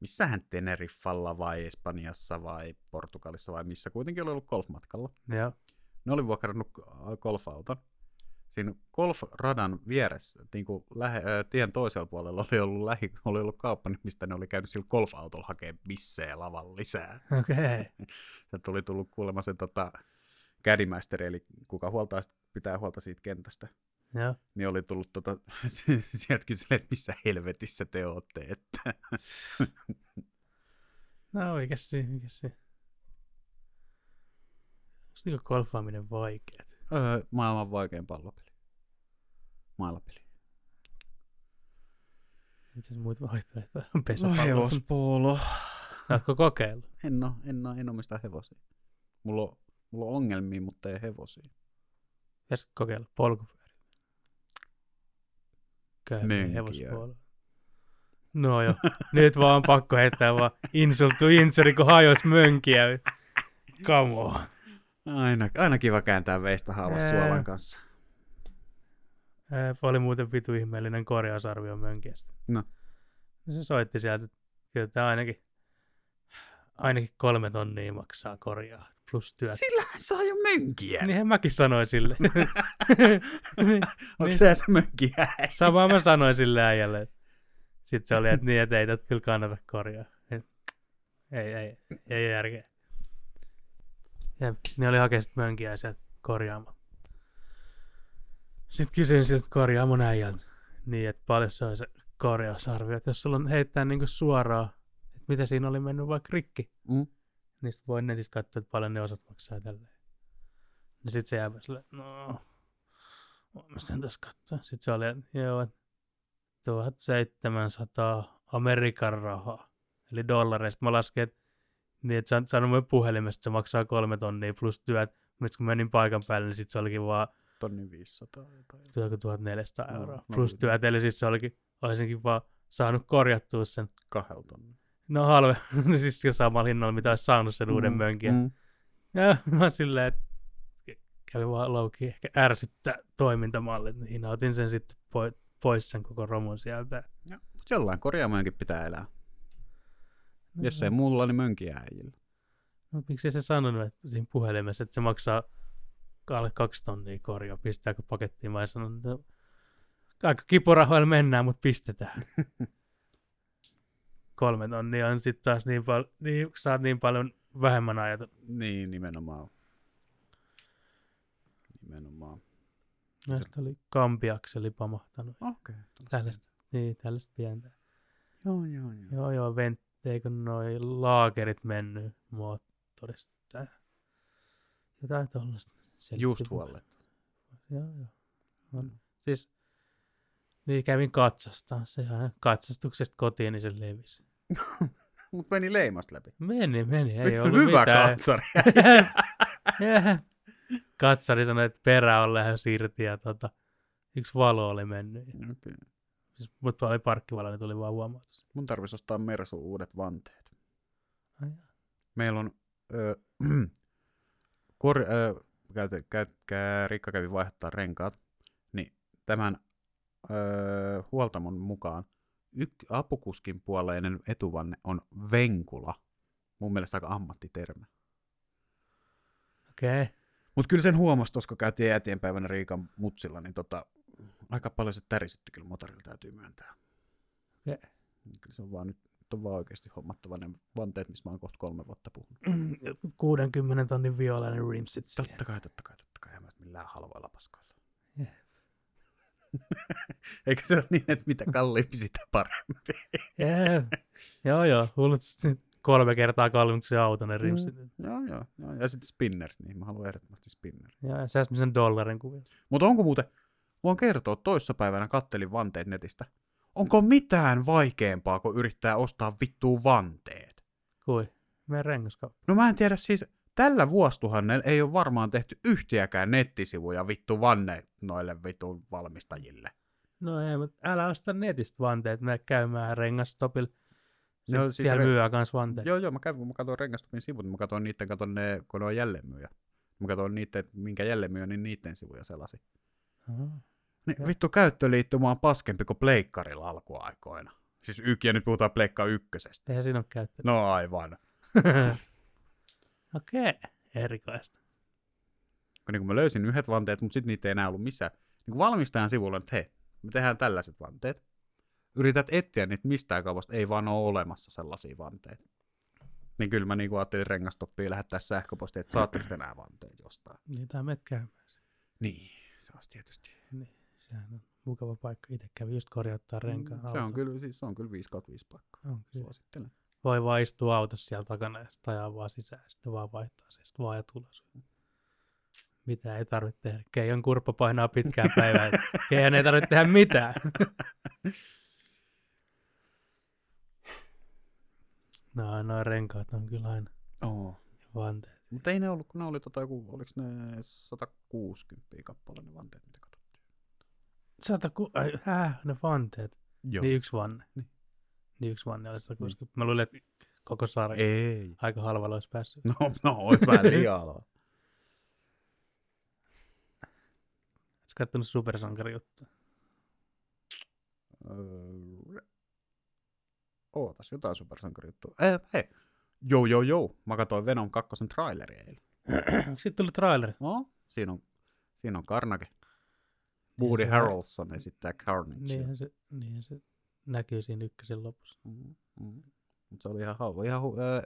missähän Teneriffalla vai Espanjassa vai Portugalissa vai missä kuitenkin oli ollut golfmatkalla.
Joo.
Ne oli vuokrannut äh, golfauton. Siinä golfradan vieressä, niin kuin lähe, äh, tien toisella puolella oli ollut, lähi, oli ollut kauppa, niin mistä ne oli käynyt sillä golfautolla hakemaan bissejä lavan lisää.
Okei.
Se tuli tullut kuulemma se tota, kädimästeri, eli kuka huoltaa, sit- pitää huolta siitä kentästä
Joo.
niin oli tullut tota, *laughs* sieltä kysyä, että missä helvetissä te ootte. Että.
No mikäs siinä, mikäs siinä. Onko niinku golfaaminen vaikeet?
Öö, maailman vaikein pallopeli. Mailapeli.
Mitäs siis muut vaihtoehtoja on pesäpallo?
hevospolo.
Oletko kokeillut?
En oo, en oo, en omista hevosia. Mulla on, mulla on ongelmia, mutta ei hevosia.
Pitäisikö kokeilla polkupyöriä? Köyhä
Mönkijöä.
hevospuolella. No joo, nyt vaan on pakko heittää vaan insult to injury, kun hajois mönkiä. Come on.
Aina, aina kiva kääntää veistä haavas
Ää.
suolan kanssa.
Ää, Oli muuten vitu ihmeellinen korjausarvio mönkiästä.
No.
No se soitti sieltä, että kyllä tämä ainakin, ainakin kolme tonnia maksaa korjaa plus työt.
Sillähän saa jo mönkiä. Niin,
Niinhän mäkin sanoin sille. Niin,
Onko
niin.
se se mönkiä?
Samaa mä sanoin sille äijälle. Sitten se oli, että niin, että ei tätä kyllä kannata korjaa. Et, Ei, ei, ei ole järkeä. Ja ne oli hakea sitten mönkiä sieltä korjaamaan. Sitten kysyin siltä korjaamon äijältä, niin että paljon se on se korjausarvio. Että jos sulla on heittää niinku suoraan, että mitä siinä oli mennyt vaikka rikki,
Mm.
niin sit voi netistä katsoa, että paljon ne osat maksaa tälleen. Niin sit se jääpä silleen, no, Voin mä sen tässä katsoa. Sitten se oli, että joo, että 1700 Amerikan rahaa, eli dollareista. Mä lasken, että niin, että sanon mun puhelimesta, että se maksaa kolme tonnia plus työt. Mutta kun menin paikan päälle, niin sitten se olikin vaan
Tonni 500 jotain.
tuliko 1400
No,
euroa
no
plus
niin.
työt. Eli siis se olikin, olisinkin vaan saanut korjattua sen.
Kahdella tonnilla.
No halve, *laughs* siis sillä samalla hinnalla, mitä olisi saanut sen uuden mönkin.
Mm.
Ja *laughs* mä silleen, että kävi vaan louki ehkä ärsyttää toimintamallit, niin hinautin sen sitten po- pois sen koko romun sieltä.
Mut Jollain korjaamojenkin pitää elää. Jos ei muulla, niin mönkiä äijillä.
No, miksi se sanonut että siinä puhelimessa, että se maksaa alle kaksi tonnia korjaa, pistääkö pakettiin? Mä sanon, että no, aika kipurahoilla mennään, mutta pistetään. Kolme tonnia on sitten taas niin paljon, niin saat niin paljon vähemmän ajata.
Niin, nimenomaan. Nimenomaan.
Näistä oli kampiakseli pamahtanut.
Okei.
Tällaista, niin, tällaista pientä.
Joo, joo, joo.
Joo, joo, ventteikö noi laakerit mennyt moottorista. Jotain tuollaista.
Just huollet.
Joo, joo. On. Siis niin kävin katsastaan. Sehän katsastuksesta kotiin, niin se levisi.
Mut meni leimasta läpi.
Meni, meni.
*laughs*
Ei
Hy-
ollut
Hyvä
mitään. *laughs*
katsari.
Katsari sanoi, että perä on lähes irti ja tota, yksi valo oli mennyt.
okay.
Siis, mutta oli parkkivalo, niin tuli vaan huomautus.
Mun tarvitsisi ostaa Mersu uudet vanteet.
Ai jaa.
Meillä on... Ö, *clears throat* kor, ö, käyt, käyt, kä, Rikka kävi vaihtaa renkaat. Niin tämän ö, huoltamon mukaan yk, apukuskin puoleinen etuvanne on venkula. Mun mielestä aika ammattitermi.
Okei.
*clears throat*
Okay.
Mutta kyllä sen huomasi tuossa, kun käytiin eteenpäivänä Riikan mutsilla, niin tota, aika paljon se tärisytti kyllä motorilla täytyy myöntää. Niin
Okei.
Kyllä se on vaan nyt nyt on vaan oikeasti hommattava ne vanteet, mistä mä oon kohta kolme vuotta puhunut.
60 tonnin violainen rimsit. siihen.
Totta kai, totta kai, totta kai. En mä millään halvoilla paskoilla. *laughs* Eikä se ole niin, että mitä kalliimpi, sitä parempi.
Jee. joo, joo. Hullut kolme kertaa kalliimmaksi autonen rimsit. Mm.
joo, joo, joo. Ja sitten spinners, niin mä haluan ehdottomasti spinner.
Ja säästämme sen dollarin kuvia.
Mutta onko muuten, voin kertoa, toissapäivänä kattelin vanteet netistä. Onko mitään vaikeampaa kuin yrittää ostaa vittuun vanteet?
Kui? Meidän rengaskauppa.
No mä en tiedä siis, tällä vuosituhannella ei ole varmaan tehty yhtiäkään nettisivuja vittu vanne noille vittu valmistajille.
No ei, mutta älä osta netistä vanteet. Me käymään rengastopilla. Se,
No,
no,
siis
siis siellä
re-
re... myyä kans vanteet.
Joo, joo, mä kävin, kun mä katsoin Rengastopin sivut, niin mä katsoin niiden, katsoin ne, kun ne on jälleenmyyjä. Mä katsoin niiden, että minkä jälleenmyyjä, niin niiden sivuja selasi.
Joo.
Niin,
Joo.
vittu käyttöliittymä on paskempi kuin pleikkarilla alkuaikoina. Siis yk, ja nyt puhutaan pleikka ykkösestä.
Eihän siinä ole käyttänyt.
No aivan. No.
*laughs* Okei, erikoista.
kun niin kun mä löysin yhdet vanteet, mutta sitten niitä ei enää ollut missään. Niin kun valmistajan sivulla, on, että hei, me tehdään tällaiset vanteet. Yrität etsiä niitä mistään kaupasta, ei vaan ole olemassa sellaisia vanteita. Niin kyllä mä niin ajattelin rengastoppiin lähettää sähköpostia, että saatteko te nämä vanteet jostain.
Niitä menet käymään.
Niin, se olisi tietysti.
Niin, sehän on mukava paikka. Itse kävi just korjauttaa renkaan
se, on
auton.
kyllä, siis se on kyllä 5 5 paikka.
On kyllä.
Suosittelen.
Voi vaan istua autossa siellä takana ja sitten ajaa vaan sisään ja sitten vaan vaihtaa se sitten vaan ajat ulos. Mitä ei tarvitse tehdä. Keijon kurppa painaa pitkään
*laughs*
päivään. Keijon ei tarvitse tehdä mitään. No, noin renkaat on kyllä aina
Oo.
vanteet.
Mutta ei ne ollut, kun ne oli tota joku, oliko ne 160 kappale ne vanteet, mitä katsottiin.
Sata ku... Ai, häh, ne vanteet.
Joo.
Niin yksi vanne.
Niin.
Niin. yksi vanne oli 160. Mä luulin, että koko sarja
Ei.
aika halvalla olisi päässyt.
No, no, olisi *laughs* vähän liian
Oletko kattonut supersankarijuttu?
*clears throat* Öö, Ootas, jotain supersankarijuttua. Eh, hei, joo joo joo, mä katsoin Venom 2 traileria eilen.
Onko siitä tullut traileri?
No, siinä on, siinä on Karnake. Woody
se-
Harrelson esittää Carnagea.
Niinhän se, niinhän se näkyy siinä ykkösen lopussa.
Mm, mm. Mut se oli ihan hauva. Ihan hu- öö,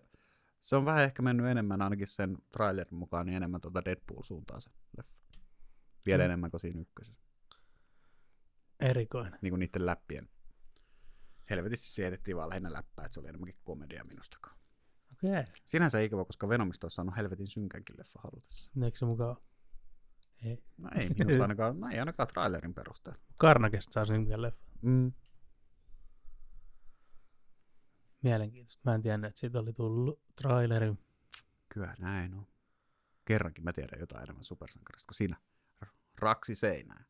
se on vähän ehkä mennyt enemmän ainakin sen trailerin mukaan, niin enemmän tuota Deadpool-suuntaan se leffa. Vielä
Mm.
enemmän kuin siinä ykkösessä.
Erikoinen.
Niin kuin niiden läppien. Helvetissä sietettiin vaan lähinnä läppää, että se oli enemmänkin komedia minustakaan.
Okei. Okay.
Sinänsä ikävä, koska Venomista on saanut helvetin synkänkin leffa halutessa.
Eikö se mukaan? Ei.
No *laughs* ei minusta ainakaan, no ei ainakaan trailerin perusteella.
Karnakesta saa sen leffa.
Mm.
Mielenkiintoista. Mä en tiennyt, että siitä oli tullut traileri.
Kyllä näin on. Kerrankin mä tiedän jotain enemmän supersankarista kuin sinä. R- Raksi seinää.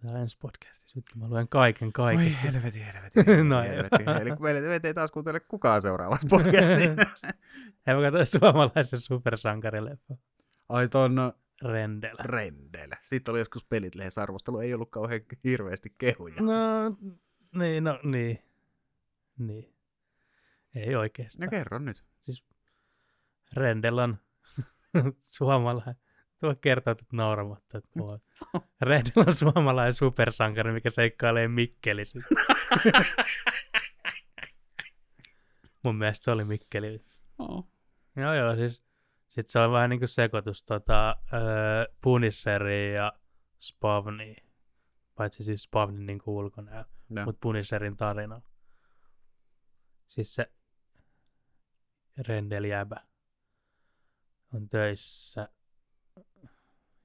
Tämä ensi podcastissa. Nyt mä luen kaiken
Oi
kaikesta.
helvetin, *laughs* helvetin,
No
no,
ei.
helvetin. Eli meillä meitä ei taas kuuntele kukaan seuraavassa podcastissa.
Ei mä katso suomalaisen supersankarileffa.
*laughs* Ai ton äh,
Rendel.
Rendel. Sitten oli joskus pelit arvostelu, ei ollut kauhean hirveästi kehuja.
No, niin, no, niin. Niin. Ei
No
oikeastaan.
kerro nyt.
Siis Rendel *laughs* on suomalainen. Tuo kertoo tätä nauramatta. Että mua... Rendel on suomalainen supersankari, mikä seikkailee siis. Mikkelissä. Mun mielestä se oli Mikkeli.
Oh.
Joo, joo, siis sit se on vähän niinku sekoitus tota, öö, Punisheria ja Spavni. Paitsi siis Spavnin niinku ulkonäöllä,
No.
mutta Punisherin tarina. Siis se rendeljäbä on töissä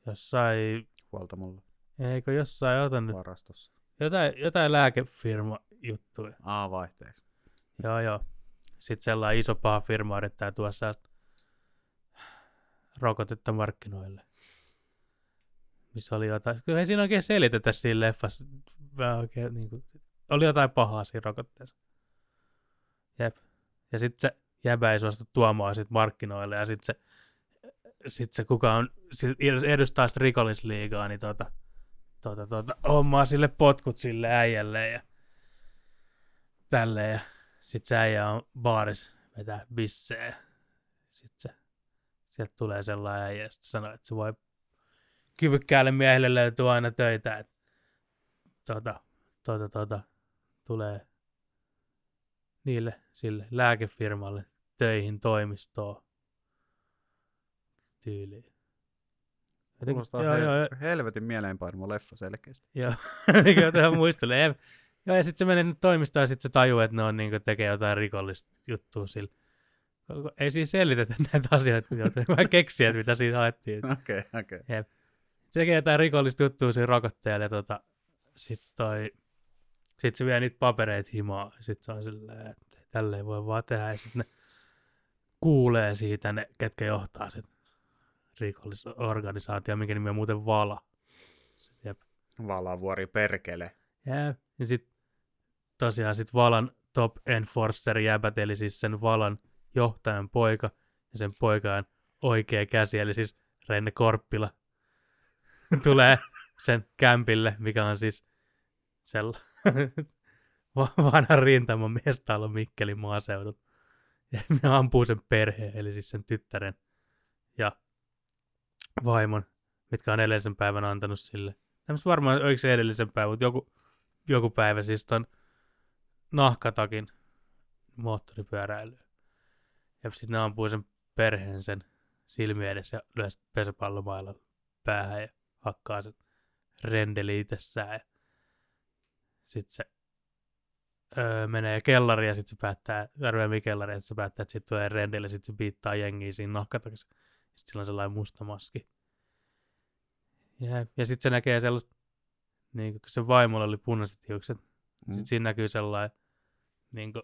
jossain,
Huolta mulla
eikö jossain, ota nyt,
varastossa.
jotain, jotain lääkefirma juttuja.
A vaihteeksi.
Joo, joo. Sitten sellainen iso paha firma yrittää tuoda sellaista rokotetta markkinoille. Missä oli jotain, kyllä ei siinä oikein selitetä siinä leffassa. Vähän oikein, niin kuin, oli jotain pahaa siinä rokotteessa. Jep. Ja sitten se jäbä ei suostu tuomaan sit markkinoille ja sitten se, sit se kuka on, sit edustaa sitä rikollisliigaa, niin tota, tota, tota, hommaa sille potkut sille äijälle ja tälleen. Ja sit se äijä on baaris vetää bissejä. Sit se, sieltä tulee sellainen äijä ja sit sanoo, että se voi kyvykkäälle miehelle löytyy aina töitä. Et, tota, tota, tota, tulee niille sille lääkefirmalle töihin toimistoon tyyliin. Jotenkin,
Kuulostaa
joo, joo,
hel- helvetin mieleenpainuva leffa selkeästi. *laughs*
Joo, *laughs* niin jotain muistelee. Ei- Joo, ja sitten se menee nyt toimistoon ja sitten se tajuu, että ne on niin tekee jotain rikollista juttua sillä. Ei siinä selitetä *laughs* näitä asioita, joita mä keksiä, että mitä siinä haettiin.
Okei, okay, okei. Okay.
Se tekee jotain rikollista juttua siinä rokotteella ja tota, sitten toi, sit se vie niitä papereita himaa. Sitten se on silleen, että tälleen voi vaan tehdä. Ja sitten ne kuulee siitä ne, ketkä johtaa sit rikollisorganisaatio, minkä nimi on muuten Vala. Jep.
Valavuori perkele.
Jää. Ja sit tosiaan sit Valan top enforcer jäbät, eli siis sen Valan johtajan poika ja sen poikaan oikea käsi, eli siis Renne Korppila, *laughs* tulee sen kämpille, mikä on siis *laughs* sellainen vanha rintamamies täällä Mikkelin maaseudulla. Ja ne ampuu sen perheen, eli siis sen tyttären ja vaimon, mitkä on edellisen päivän antanut sille. Tämmöistä varmaan, oliko se edellisen päivän, mutta joku, joku päivä siis ton nahkatakin moottoripyöräilyä. Ja sitten ne ampuu sen perheen sen silmien edessä ja lyö sit pesäpallomailla päähän ja hakkaa sen rendeli itsessään. Ja sitten se öö, menee kellariin ja sitten se päättää, arveemmin kellariin ja sitten se päättää, että sitten tulee rendeli ja sitten se piittaa jengiä siinä nahkatakissa. Sitten sillä on sellainen musta maski. Ja, ja sitten se näkee sellaista, niin kun se vaimolla oli punaiset hiukset,
Mm.
sitten siinä näkyy sellainen niin kuin,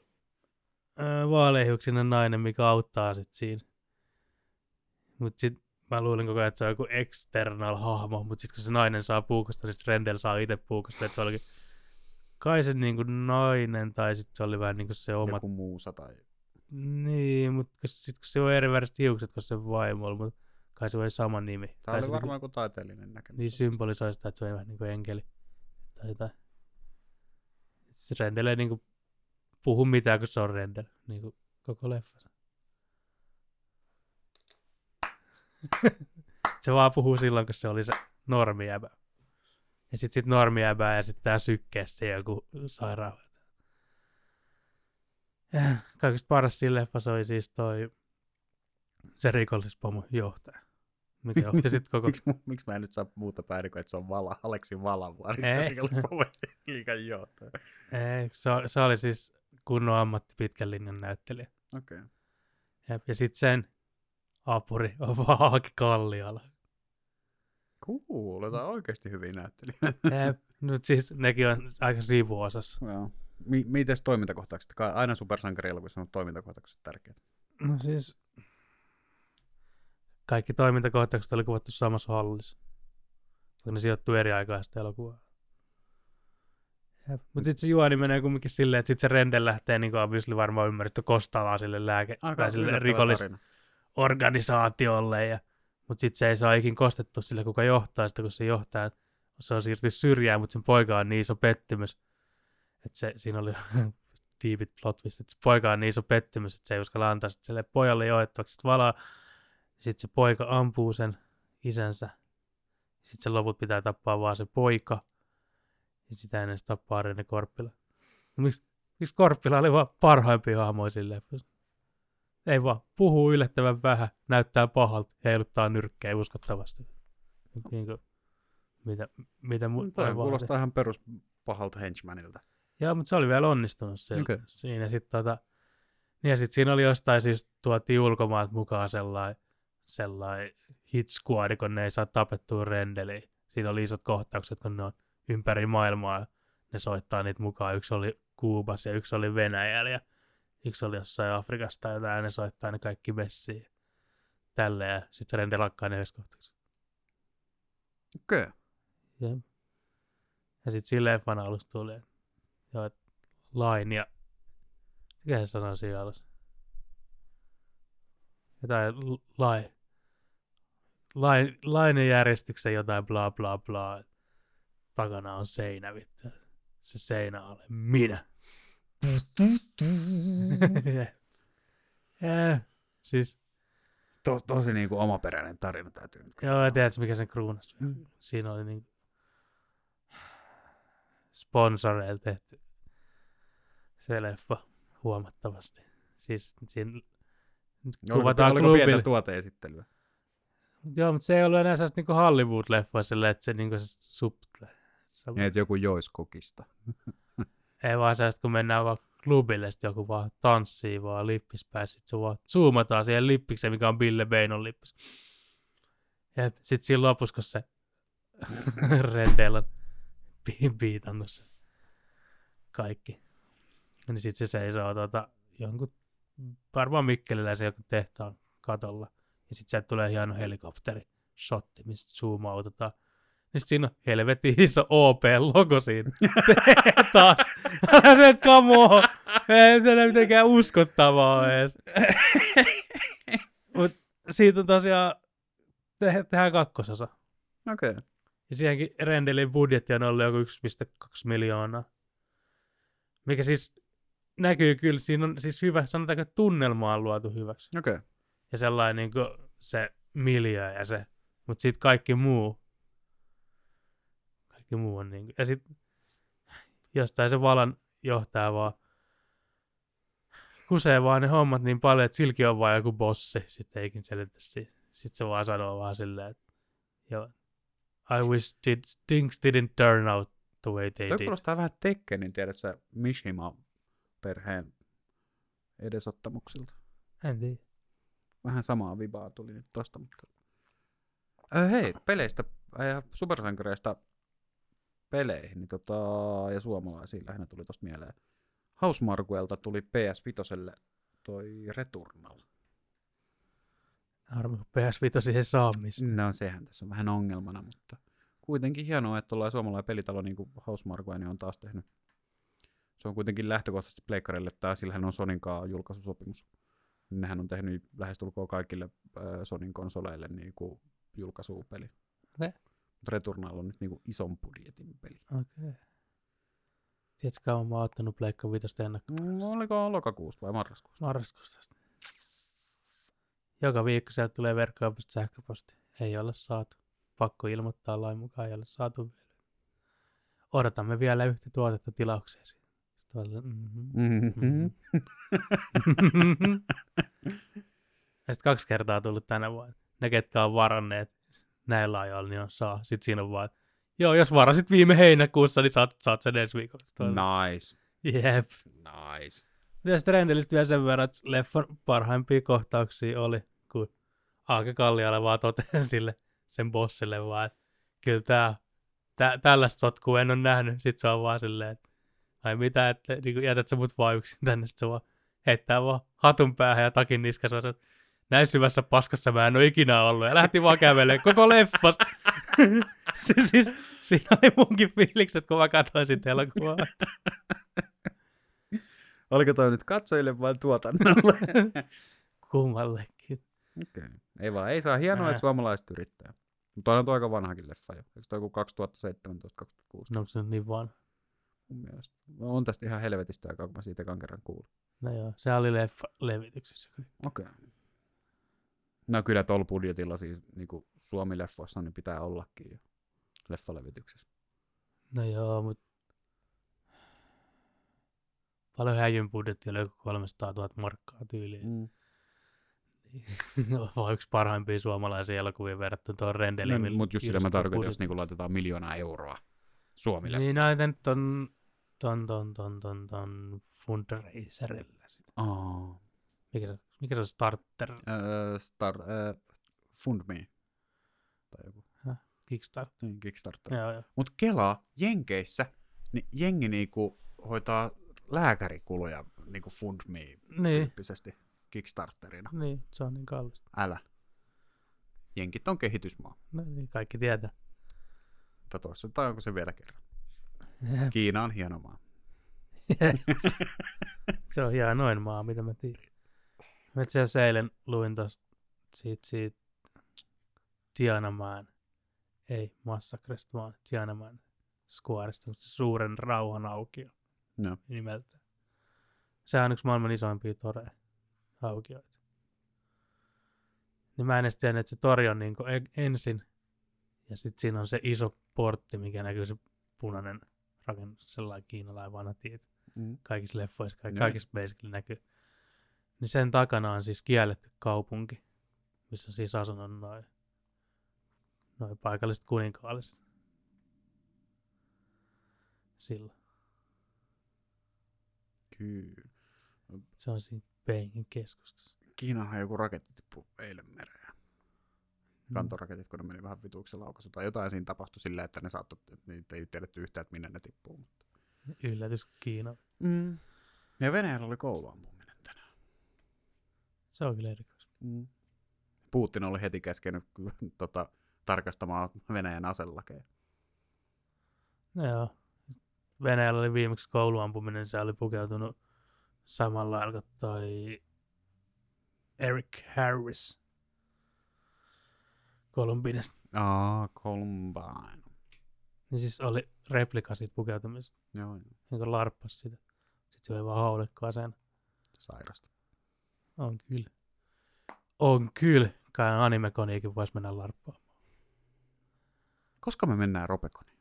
vaaleihiuksinen nainen, mikä auttaa sit siinä. Mutta sitten mä luulin koko ajan, että se on joku external hahmo, mutta sitten kun se nainen saa puukosta, niin sit Rendel saa itse puukosta, että se olikin kai se niin kuin nainen, tai sitten se oli vähän niin kuin se oma.
Joku muusa tai...
Niin, mutta sitten kun se on eri väriset hiukset kuin se vaimolla, mutta kai se oli sama nimi.
Tämä
Tai
oli
se niinku-
varmaan joku taiteellinen näkemys.
niin symbolisoi sitä, että se on vähän niin kuin enkeli. Tai jotain. Siis Rendel ei niin kuin puhu mitään, kun se on Rendel. Niin kuin koko leffa. *laughs* se vaan puhuu silloin, kun se oli se normijäbä. Ja sit sit normijäbä ja sit tää sykkää se joku sairaanhoitaja. Äh, Kaikista paras siinä leffassa oli siis toi se rikollispomon johtaja. Mikä johti sit koko
Miksi *laughs* miks mä en nyt saa muuta päädy, kuin että se on Vala, Aleksin Valavuori, se *laughs*
Ei.
rikollispoverin liikan johtaja.
Ei, se, se oli siis kunnon ammatti pitkän linjan näyttelijä.
Okei. Okay.
Ja, ja sitten sen apuri on *laughs* vaan Haaki Kalliala.
Cool, tämä on oikeasti hyvin näytteli.
*laughs* Jep. Nyt siis nekin on aika sivuosassa.
*laughs* Joo. Mi- mites toimintakohtaukset? Kai aina supersankarielokuvissa on toimintakohtaukset tärkeät.
No siis kaikki toimintakohtaukset oli kuvattu samassa hallissa. Kun ne sijoittuu eri aikaista elokuvaa. Mutta sitten se juoni menee kumminkin silleen, että sitten se rende lähtee, niin kuin obviously varmaan ymmärretty, kostamaan sille, lääke, tai sille
yllättävä
rikollis,
tarina.
organisaatiolle. Ja, mutta sitten se ei saa ikin kostettu sillä, kuka johtaa sitä, kun se johtaa. Se on siirtynyt syrjään, mutta sen poika on niin iso pettymys. Että se, siinä oli *laughs* tiivit plot twist, että se poika on niin iso pettymys, että se ei uskalla antaa sit sille pojalle joettavaksi sit valaa. Sitten se poika ampuu sen isänsä. Sitten sen loput pitää tappaa vaan se poika. Ja sitä ennen se tappaa Rene Korppila. Miksi, miksi Korppila oli vaan parhaimpia hahmoja sille ei vaan, puhuu yllättävän vähän, näyttää pahalta, heiluttaa nyrkkejä uskottavasti. Niin kuin, mitä, mitä mu-
Toi
ei vaan-
kuulostaa ihan perus pahalta henchmanilta.
Joo, mutta se oli vielä onnistunut siellä.
Okei.
Okay. Siinä sitten tota, niin ja sitten siinä oli jostain siis tuotiin ulkomaat mukaan sellainen sellai hit squad, kun ne ei saa tapettua rendeliä. Siinä oli isot kohtaukset, kun ne on ympäri maailmaa. Ne soittaa niitä mukaan. Yksi oli Kuubassa ja yksi oli Venäjällä ja yksi oli jossain Afrikassa tai jotain. ja Ne soittaa ne kaikki messiin. Tälle ja sitten rende lakkaa ne yhdessä kohtauksessa.
Okei.
Jep. Ja sitten siinä leffan alussa tuli, joo, et Line ja... Mikä se sanoi siinä alussa? Jotain lai... Lain, lainen järjestyksen jotain bla bla bla. Takana on seinä vittu. Se seinä olen minä. *laughs* Jep. siis,
To- tosi niinku omaperäinen tarina täytyy nyt kyllä
joo,
sanoa.
ja tiedätkö mikä sen kruunas?
Mm.
siinä oli niin sponsoreilla tehty se leffa huomattavasti. Siis siinä
Oliko-
kuvataan
oliko pientä
klubille.
tuoteesittelyä?
Joo, mutta se ei ollut enää sellaista niinku Hollywood-leffaa sillä, että se niinku se subtle. Se,
Niin, että joku jois kokista.
ei vaan sellaista, kun mennään vaan klubille, sit joku vaan tanssii vaan lippis päässä, sit se vaan zoomataan siihen lippikseen, mikä on Bille Beinon lippis. Ja sit siinä lopussa, kun se *laughs* renteillä on bi- biitannut se kaikki, niin sit se seisoo tota, jonkun, varmaan Mikkeliläisen joku tehtaan katolla. Ja sit sieltä tulee hieno helikopteri shotti, mistä zoomautetaan. Niin sit siinä on helvetin iso OP-logo siinä. *laughs* Taas. Älä se, että come on. Ei se ole mitenkään uskottavaa ole edes. Mut siitä on tosiaan, te- tehdään kakkososa.
Okei. Okay.
Ja siihenkin Rendelin budjetti on ollut joku 1,2 miljoonaa. Mikä siis näkyy kyllä, siinä on siis hyvä, sanotaanko että tunnelma on luotu hyväksi
Okei. Okay.
ja sellainen niin kuin se miljö ja se, mutta sitten kaikki muu, kaikki muu on niin kuin, ja sitten jostain se valan johtaa vaan, kusee vaan ne hommat niin paljon, että silki on vaan joku bossi, sitten eikin selitä siitä. Sitten se vaan sanoo vaan silleen, että joo, I wish did, things didn't turn out the way they
Toi
did.
kuulostaa vähän Tekkenin, tiedät sä, Mishima perheen edesottamuksilta.
En tiedä.
Vähän samaa vibaa tuli nyt tosta, mutta... Ö, hei, peleistä ja supersankareista peleihin niin tota, ja suomalaisiin lähinnä tuli tosta mieleen. Hausmarkuelta tuli PS5 toi Returnal.
Harmi, kun PS5 siihen saa mistään.
No sehän tässä on vähän ongelmana, mutta kuitenkin hienoa, että ollaan suomalainen pelitalo niin kuin Hausmarkueni on taas tehnyt. Se on kuitenkin lähtökohtaisesti pleikkarille, tämä sillähän on Sonin kanssa julkaisusopimus. Nehän on tehnyt lähestulkoon kaikille äh, Sonin konsoleille niin kuin julkaisupeli.
Okei.
Mutta Returnal on nyt niin kuin ison budjetin peli.
Okei. Okay. Tiedätkö, kauan mä oon ottanut Pleikka 5 ennakko?
No, oliko lokakuusta vai marraskuusta?
No. marraskuusta asti. Joka viikko sieltä tulee verkkokaupasta sähköposti. Ei ole saatu. Pakko ilmoittaa lain mukaan, ei ole saatu vielä. Odotamme vielä yhtä tuotetta tilaukseesi. Sitten vaan, mhm,
Mm-hmm.
mhm. *laughs* Ja sitten kaksi kertaa tullut tänä vuonna. Ne, ketkä on varanneet näillä ajoilla, niin on saa. Sitten siinä on vaan, että joo, jos varasit viime heinäkuussa, niin saat, saat sen ensi viikolla. Sitten
No.
on,
Nice.
Jep.
Nice.
Ja sitten Rendelistä vielä sen verran, että leffan parhaimpia kohtauksia oli, kun Aake Kallialle vaan totesi sille sen bossille vaan, että kyllä tää, tä, tällaista sotkua en ole nähnyt. Sitten se on vaan silleen, että ai mitä, että niin kuin, jätät sä mut vaan yksin tänne. Sitten se vaan heittää vaan hatun päähän ja takin niskassa. sanoo, että Näin syvässä paskassa mä en ole ikinä ollut. Ja lähti vaan kävelemään koko leffasta. *laughs* siis, siis, siinä oli munkin fiilikset, kun mä katsoin sitä elokuvaa.
Oliko toi nyt katsojille vai tuotannolle?
Kummallekin.
Okei. Ei vaan, ei saa. Hienoa,
Ää.
että suomalaiset yrittää. Mutta on tuo aika vanhakin leffa jo. Eikö toi joku 2017-2016
No onko se nyt niin vaan?
mun mielestä? No, on tästä ihan helvetistä aikaa, kun mä siitä ekan kerran kuulin.
No joo, se oli leffa levityksessä.
Okei. No kyllä tuolla budjetilla siis niin Suomi-leffoissa niin pitää ollakin jo leffalevityksessä.
No joo, mutta paljon häijyn budjetti oli joku 300 000 markkaa tyyliin.
Mm.
*laughs* No, vaan yksi parhaimpia suomalaisia elokuvia verrattuna tuohon
No,
Rendelimille.
Mutta just sitä mä tarkoitan, jos niin laitetaan miljoonaa euroa Suomi-leffaan.
Niin näitä nyt on ton, ton, ton, ton, ton fundraiserilla. sit.
Oh.
Mikä se, mikä se on starter,
Öö, star, öö, fund me. Tai joku
kickstarter?
niin, Kickstarter.
Joo, joo.
Mutta Kela, Jenkeissä, niin jengi niinku hoitaa lääkärikuluja niinku fundme
Niin,
tyyppisesti Kickstarterina.
niin, se on niin kallista.
Älä. Jenkit on kehitysmaa.
No niin, kaikki tietää.
Tai toista, tai onko se vielä kerran? Kiina on hieno maa.
Se on hienoin maa, mitä mä tiedän. Mä itse asiassa eilen luin tosta siitä, siitä Tiananmen, ei massakresta, vaan Tiananmen Squareista, se suuren rauhan aukio
No.
nimeltä. Sehän on yksi maailman isoimpia toreja, aukioita. Niin mä en edes tiennyt, että se tori on niin ensin, ja sitten siinä on se iso portti, mikä näkyy se punainen rakennus, sellainen kiinalainen vanha tietä
Mm.
kaikissa leffoissa, ka-
Joo.
kaikissa basically näkyy. Niin sen takana on siis kielletty kaupunki, missä on siis asunut noin noi paikalliset kuninkaalliset. Silloin.
Kyllä.
Se on siinä Pengin keskustassa.
Kiinahan joku raketti tippui eilen mereen.
Mm.
Kantoraketit, kun ne meni vähän vituiksi laukasu. Tai jotain siinä tapahtui sillä, että ne saattoi, että niitä ei tiedetty yhtään, että minne ne tippuu.
Mm, Yllätys Kiina.
Mm. Ja Venäjällä oli kouluampuminen tänään.
Se on kyllä erikoista.
Mm. Putin oli heti käskenyt *laughs* tota, tarkastamaan Venäjän aselakeja.
No joo. Venäjällä oli viimeksi kouluampuminen, se oli pukeutunut samalla lailla kuin toi Eric Harris Kolumbinasta.
Aa, Columbine.
Niin siis oli replika siitä pukeutumisesta,
Joo, joo.
niin kuin larppas sitä. Sitten se oli vaan haulikkoa sen.
sairasta.
On kyllä. On kyllä. Kai animekoniikin voisi mennä larppaan.
Koska me mennään Robeconiin?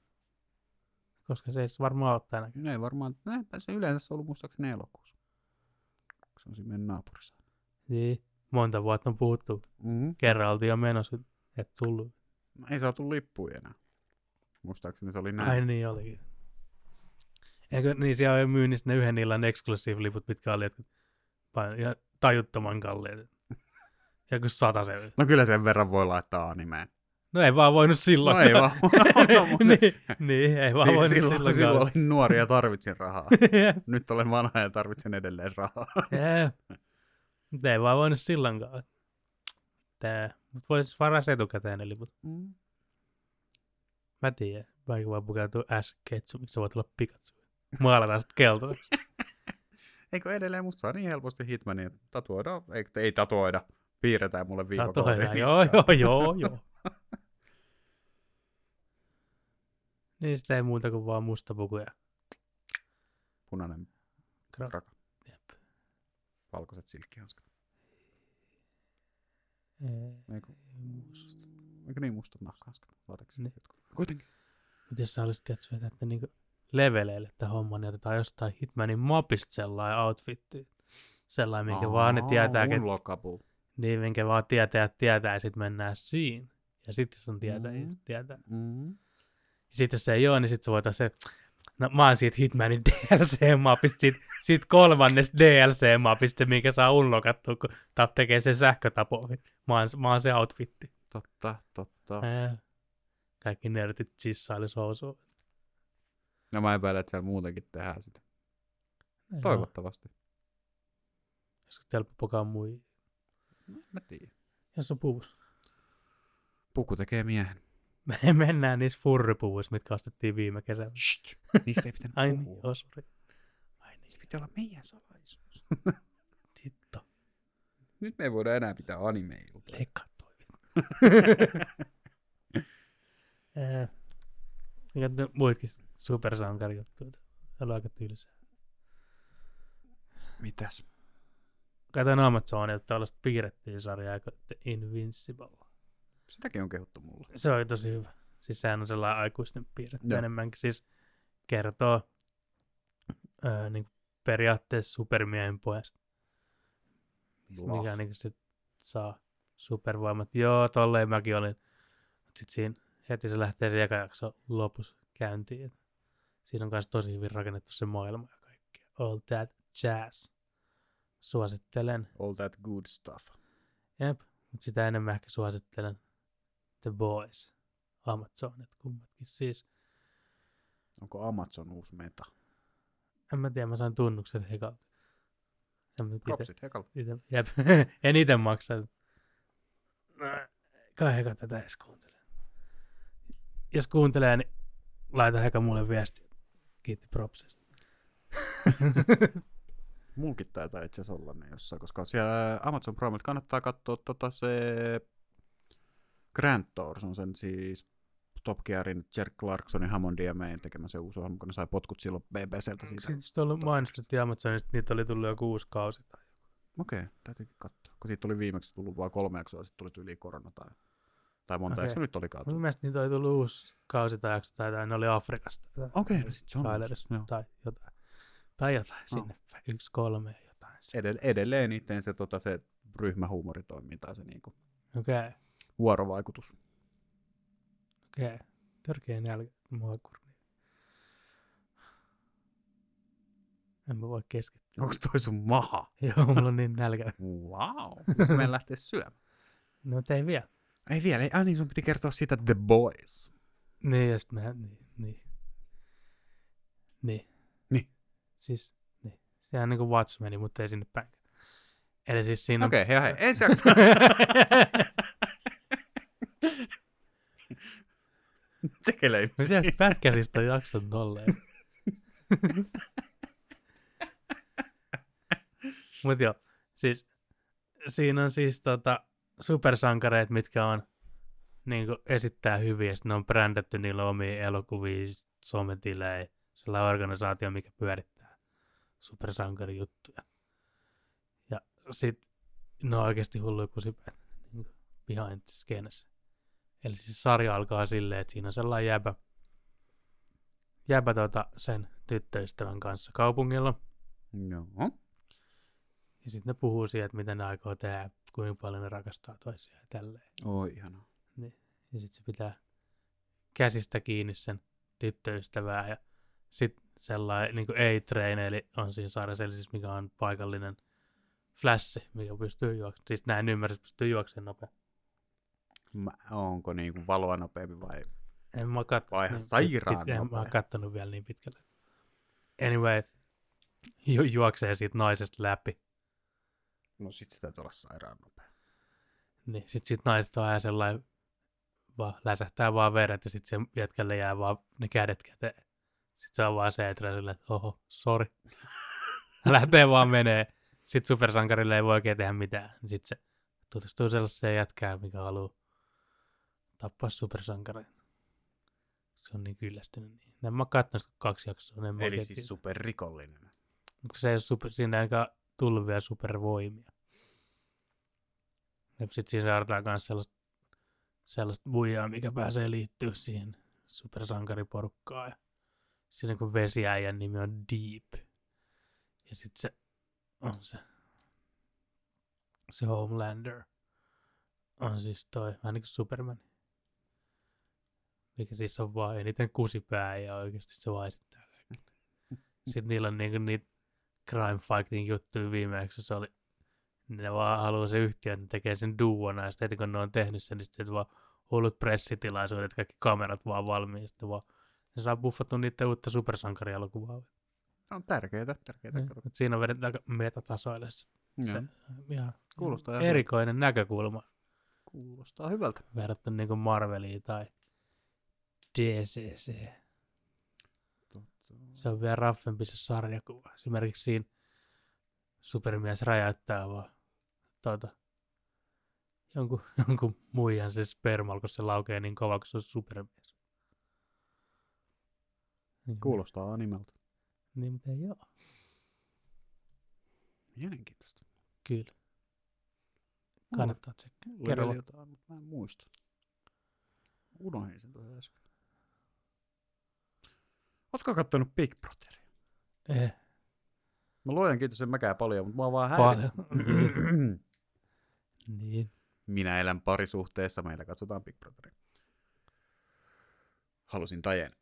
Koska se ei sit varmaan ole tänä.
No Ei varmaan, näinpä se yleensä ollut muistaakseni elokuussa. Se on siinä meidän naapurissa.
Niin. Monta vuotta on puhuttu.
Mm.
Kerran oltiin jo menossa, et tullut.
No, ei saatu lippuja enää. Muistaakseni se oli näin.
Ai niin olikin. Eikö niin siellä oli myynnissä ne yhden illan exclusive-liput, mitkä oli jotkut pa- ihan tajuttoman kalliita. Joku satasen.
No kyllä sen verran voi laittaa
*laughs*
animeen.
No ei vaan voinut silloin.
No ei
*laughs*
vaan. No, mutta-
niin, niin, ei vaan voinut
si- silloin,
silloin.
silloin olin nuori ja tarvitsin
*laughs*
rahaa.
Jep,
Nyt olen vanha ja tarvitsen edelleen rahaa.
jep. Mut ei vaan voinut silloinkaan. Tää. Mut voisi varaa se etukäteen, eli mut
Mm.
mä tiedän. Vaikka vaan pukeutuu S Ketsumiksi, sä voit olla Pikachu. Maalata sit keltaiseksi.
Eikö edelleen musta saa niin helposti Hitmania, että tatuoida, ei, ei tatuoida, piirretään mulle viivakohdin.
Tatoidaan. Joo, joo, joo, joo. Niin sitä ei muuta kuin vaan musta puku ja
Punainen
Kra-
kraka,
jep.
valkoiset silkkihanskat.
Ei,
Eikö,
musta.
eikö niin mustat nahkahanskat? Lateksi.
Niin.
Kuitenkin.
Mut jos sä olisit tietysti vetää että niinku leveleille tämän homman, niin otetaan jostain Hitmanin mapista sellainen outfitti. Sellainen, minkä vaan ne tietää, ket,
Unlockabu.
Niin, minkä vaan tietää, tietää, ja sitten mennään siinä. Ja sitten se on tietää, mm-hmm.
Mhm.
ja sit tietää.
Mm.
Ja sitten jos se ei ole, niin sitten se voitaisiin se, No mä oon siitä Hitmanin DLC-mapista, siitä, siitä kolmannesta DLC-mapista, minkä saa unlokattua, kun tap tekee sen sähkötapo. Mä oon, mä oon se outfitti.
Totta, totta.
Ää, Kaikki nörtit chissailis housuun.
No mä epäilen, että siellä muutenkin tehdään sitä. Toivottavasti.
Jos telppokaan mui.
No, mä tiedän.
Jos on puvus.
Puku tekee miehen.
Me *laughs* mennään niissä furripuvuissa, mitkä ostettiin viime kesänä.
Shht. *laughs* Niistä ei pitänyt
Ai niin,
puhua.
joo, sori. Ai niin,
Se pitää olla meidän salaisuus.
titto.
Nyt me ei voida enää pitää
*laughs*
animeilta.
Leikkaa toi. Ää, ja ne Muitkin supersankarijuttuja. Se on aika tylsää.
Mitäs?
Katoin Amazonilta tällaista piirrettyä sarjaa kuin The Invincible.
Sitäkin on kehuttu mulle.
Se oli tosi hyvä. Siis sehän on sellainen aikuisten piirretty
Joo.
enemmänkin. Siis kertoo öö, niin periaatteessa supermiehen pojasta, mikä niin sit saa supervoimat. Joo, tolleen mäkin olin. Mut sit siinä heti se lähtee se eka jakso lopussa käyntiin. Et Siinä on myös tosi hyvin rakennettu se maailma ja kaikki. All that jazz. Suosittelen.
All that good stuff.
Jep, mutta sitä enemmän ehkä suosittelen The Boys. Amazonit kummatkin siis.
Onko Amazon uusi meta?
En mä tiedä, mä sain tunnukset hekalta. En mä ite,
Propsit hekalla.
ite, jep, *laughs* en ite maksa. Nää, Kai heka tätä edes kuuntelee. Jos kuuntelee, niin laita heka mulle viesti. Kiitti propsista.
Mulkin taitaa itse asiassa olla ne jossain, koska siellä Amazon Primelta kannattaa katsoa tota se Grand Tour, se on sen siis Top Gearin Jerk Clarksonin Hammond ja meidän tekemä se uusi ohjelma, kun ne sai potkut silloin BBCltä siitä.
Sitten sit ollut mainostettiin Amazonista, niitä oli tullut joku uusi kausi. tai-
Okei, okay, täytyykin katsoa. Kun siitä tuli viimeksi tullut vain kolme jaksoa, sitten tuli yli korona tai, tai monta
Okei.
okay. jaksoa nyt olikaan.
Mun
tullut.
mielestä niitä oli tullut uusi kausi tai jakso tai jotain, ne oli Afrikasta. tai-
Okei, okay, no sit se on.
trailerista
Joo. No.
tai jotain. Tai jotain
Joo.
sinne päin. Yksi kolme ja jotain.
Edel, edelleen niiden se, tota, se ryhmähuumori toimii tai se niinku
Okei, okay,
vuorovaikutus.
okei. Okay. Törkeä nälkä mua kurni. En mä voi keskittyä. *laughs*
Onko toi sun maha?
Joo, mulla on niin nälkä.
Wow. Miksi meidän lähtee syömään?
No mut ei vielä.
*laughs* Ei vielä, ei, ai niin sun piti kertoa siitä The Boys.
Niin, jos mä, niin, niin. Niin.
Niin.
Siis, niin. Sehän on niinku Watchmeni, mutta ei sinne päin. Eli siis siinä on... *laughs*
Okei, okay, hei, hei, *laughs* ensi jakso. Tsekelein.
Mitä jos pätkäristä on jakson tolleen? Mut joo, siis siinä on siis tota, supersankareet, mitkä on niin esittää hyviä, ja sit ne on brändätty niillä omia elokuvia, sometilejä, sellainen organisaatio, mikä pyörittää supersankarijuttuja. Ja sit ne on oikeasti hulluja kusipäin niin behind the scenes. Eli siis sarja alkaa silleen, että siinä on sellainen jäbä, jäbä tota sen tyttöystävän kanssa kaupungilla.
Joo.
Ja sitten ne puhuu siitä, että mitä ne aikoo tehdä, kuinka paljon ne rakastaa toisiaan ja tälleen.
Oi, ihanaa.
Ja sitten se pitää käsistä kiinni sen tyttöystävää. Ja sitten sellainen niin A-train, eli on siinä saaressa, eli siis mikä on paikallinen flässi, mikä pystyy juoksemaan. Siis näin ymmärrys pystyy juoksemaan nopeasti.
Mä, onko niinku valoa nopeampi vai?
En mä katso.
Vai ihan sairaan
En mä
nopea.
oon kattonut vielä niin pitkälle. Anyway, ju- juoksee siitä naisesta läpi.
No sit se täytyy olla sairaan nopea.
Niin sit siitä naisesta on ihan sellainen, vaan läsähtää vaan veret ja sit se jätkälle jää vaan ne kädet käteen. Sit se on vaan se, että sille, että oho,
*laughs*
sori. Lähtee vaan menee. Sit supersankarille ei voi oikein tehdä mitään. Niin Sit se tutustuu sellaiseen jätkään, mikä haluaa tappaa supersankarin. Se on niin kyllästynyt. niin. En mä katsonut kaksi jaksoa. niin En mä
Eli
oikein
siis
tiedä.
superrikollinen.
Mutta se ei ole super, siinä ei ainakaan tullut vielä supervoimia. Ja sitten siinä saadaan myös sellaista, sellaista bujaa, mikä pääsee liittyä siihen supersankariporukkaan. Ja siinä kun vesiäijän nimi on Deep. Ja sitten se on se, se Homelander. On siis toi, vähän niin kuin Superman. Mikä siis on vaan eniten kusipää ja oikeasti se vaan esittää kaikki. Sitten niillä on niinku niitä crime fighting juttuja viimeksi, se oli, ne vaan haluaa se yhtiö, että ne tekee sen duona, ja sitten heti kun ne on tehnyt sen, niin sitten vaan hullut pressitilaisuudet, kaikki kamerat vaan valmiin, ja sitten vaan ne saa buffattua niiden uutta supersankarielokuvaa.
On tärkeetä, tärkeetä.
Niin,
kato.
mut Siinä on vedetty aika metatasoille. Se,
Mm. Joo.
se ihan
Kuulostaa ihan
erikoinen näkökulma
Kuulostaa hyvältä.
verrattuna niin Marveliin tai DCC.
Totta.
Se on vielä raffempi se sarjakuva. Esimerkiksi siinä supermies räjäyttää vaan tuota, jonkun, *laughs* jonkun muijan se spermal, kun se laukee niin kova, kun se on supermies. Niin,
Kuulostaa animelta.
Niin, mutta ei oo.
Mielenkiintoista.
Kyllä.
Mulla-
Kannattaa tsekkaa.
mulla oli
Kerro
vielä
vaan.
jotain, mutta mä en muista. Unohdin sen tuossa äsken. Ootko kattonut Big Brotheria?
Eh,
Mä luojan kiitos, en mäkään paljon, mutta mua vaan häiri.
paljon. Mm. niin.
*clears throat* Minä elän parisuhteessa, meillä katsotaan Big Brotheria. Halusin tajen.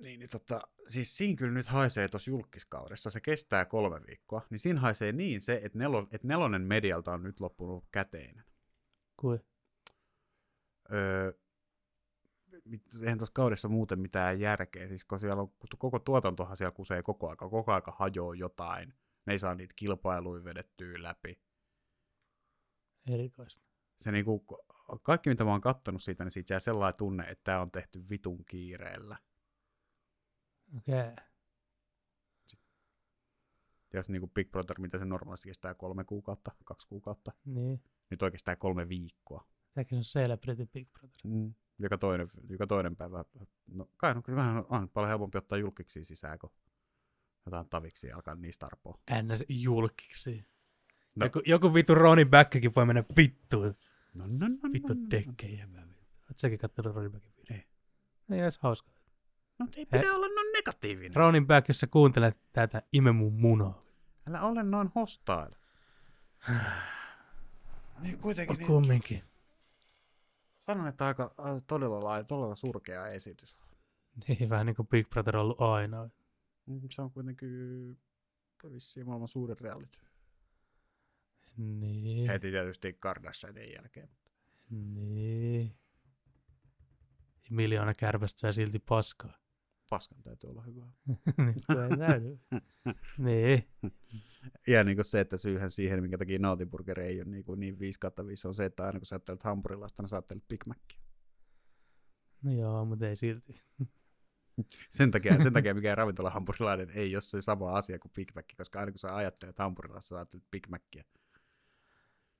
Niin, niin tota, siis siinä kyllä nyt haisee tuossa julkiskaudessa, se kestää kolme viikkoa, niin siinä haisee niin se, että, nelo, että nelonen medialta on nyt loppunut käteinen.
Kuin?
Öö, mit- eihän tuossa kaudessa muuten mitään järkeä, siis kun siellä on, koko tuotantohan siellä kusee koko aika, koko aika hajoaa jotain, ne ei saa niitä kilpailuja vedettyä läpi.
Erikoista.
se niinku, kaikki mitä mä oon kattonut siitä, niin siitä jää sellainen tunne, että tämä on tehty vitun kiireellä.
Okei. Okay.
Ja jos niinku Big Brother, mitä se normaalisti kestää kolme kuukautta, kaksi kuukautta,
Niin.
nyt oikeastaan kolme viikkoa.
Tämäkin on Celebrity Big Brother.
Mm. Joka, toinen, joka toinen päivä. No, kai no, kyllähän on, on paljon helpompi ottaa julkiksi sisään, kun jotain taviksi ja alkaa niistä arpoa.
NS julkiksi.
No.
No. Joku, joku vitu Ronnie Backikin voi mennä vittuun.
No, no, no,
Vittu
no, no, no.
dekkejä. Oot säkin kattonut Ronnie Backin videoon? Ei olisi hauska.
No, ei pidä olla noin negatiivinen.
Ronnie Back, jos sä kuuntelet tätä, ime mun munaa.
Älä ole noin hostile. *sighs* niin kuitenkin.
Mut kumminkin.
Sanon, että aika äh, todella, lai- todella surkea esitys.
Niin, vähän niin kuin Big Brother on ollut aina.
Mm, Se on kuitenkin vissiin maailman suurin reality.
Niin.
Heti tietysti Kardashianin jälkeen.
Niin. Miljoona kärpästä ja silti paskaa. *laughs*
Paskan täytyy olla hyvä.
Niin, kun ei näy. niin.
Ja niin kuin se, että syyhän siihen, minkä takia nautiburgeri ei ole niin, kuin niin 5 5, on se, että aina kun sä ajattelet hampurilaista, niin sä ajattelet Big Macia.
No joo, mutta ei silti.
Sen takia,
*laughs*
sen takia mikä ravintola hampurilainen ei ole se sama asia kuin Big Mac, koska aina kun sä ajattelet hampurilaista, sä ajattelet Big Macia,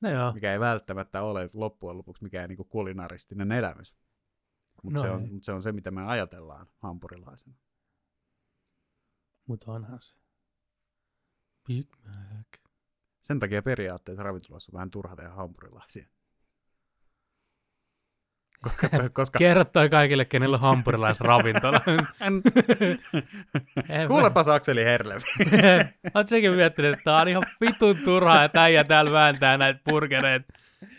No joo.
mikä ei välttämättä ole loppujen lopuksi mikään niin kuin kulinaristinen elämys. Mutta
No
se, on-
ei.
mut se on se, mitä me ajatellaan hampurilaisena.
Mutta onhan se. Big Mac.
Sen takia periaatteessa ravintolassa on vähän turha tehdä hampurilaisia.
*laughs*
Koska, koska
Kerro toi kaikille, kenellä on hampurilaisravintola. *laughs*
hän...
En mä-
Kuulepas Akseli Herlevi.
Oot sekin miettinyt, että tää on ihan vitun turhaa, että äijä täällä vääntää näitä burgereita.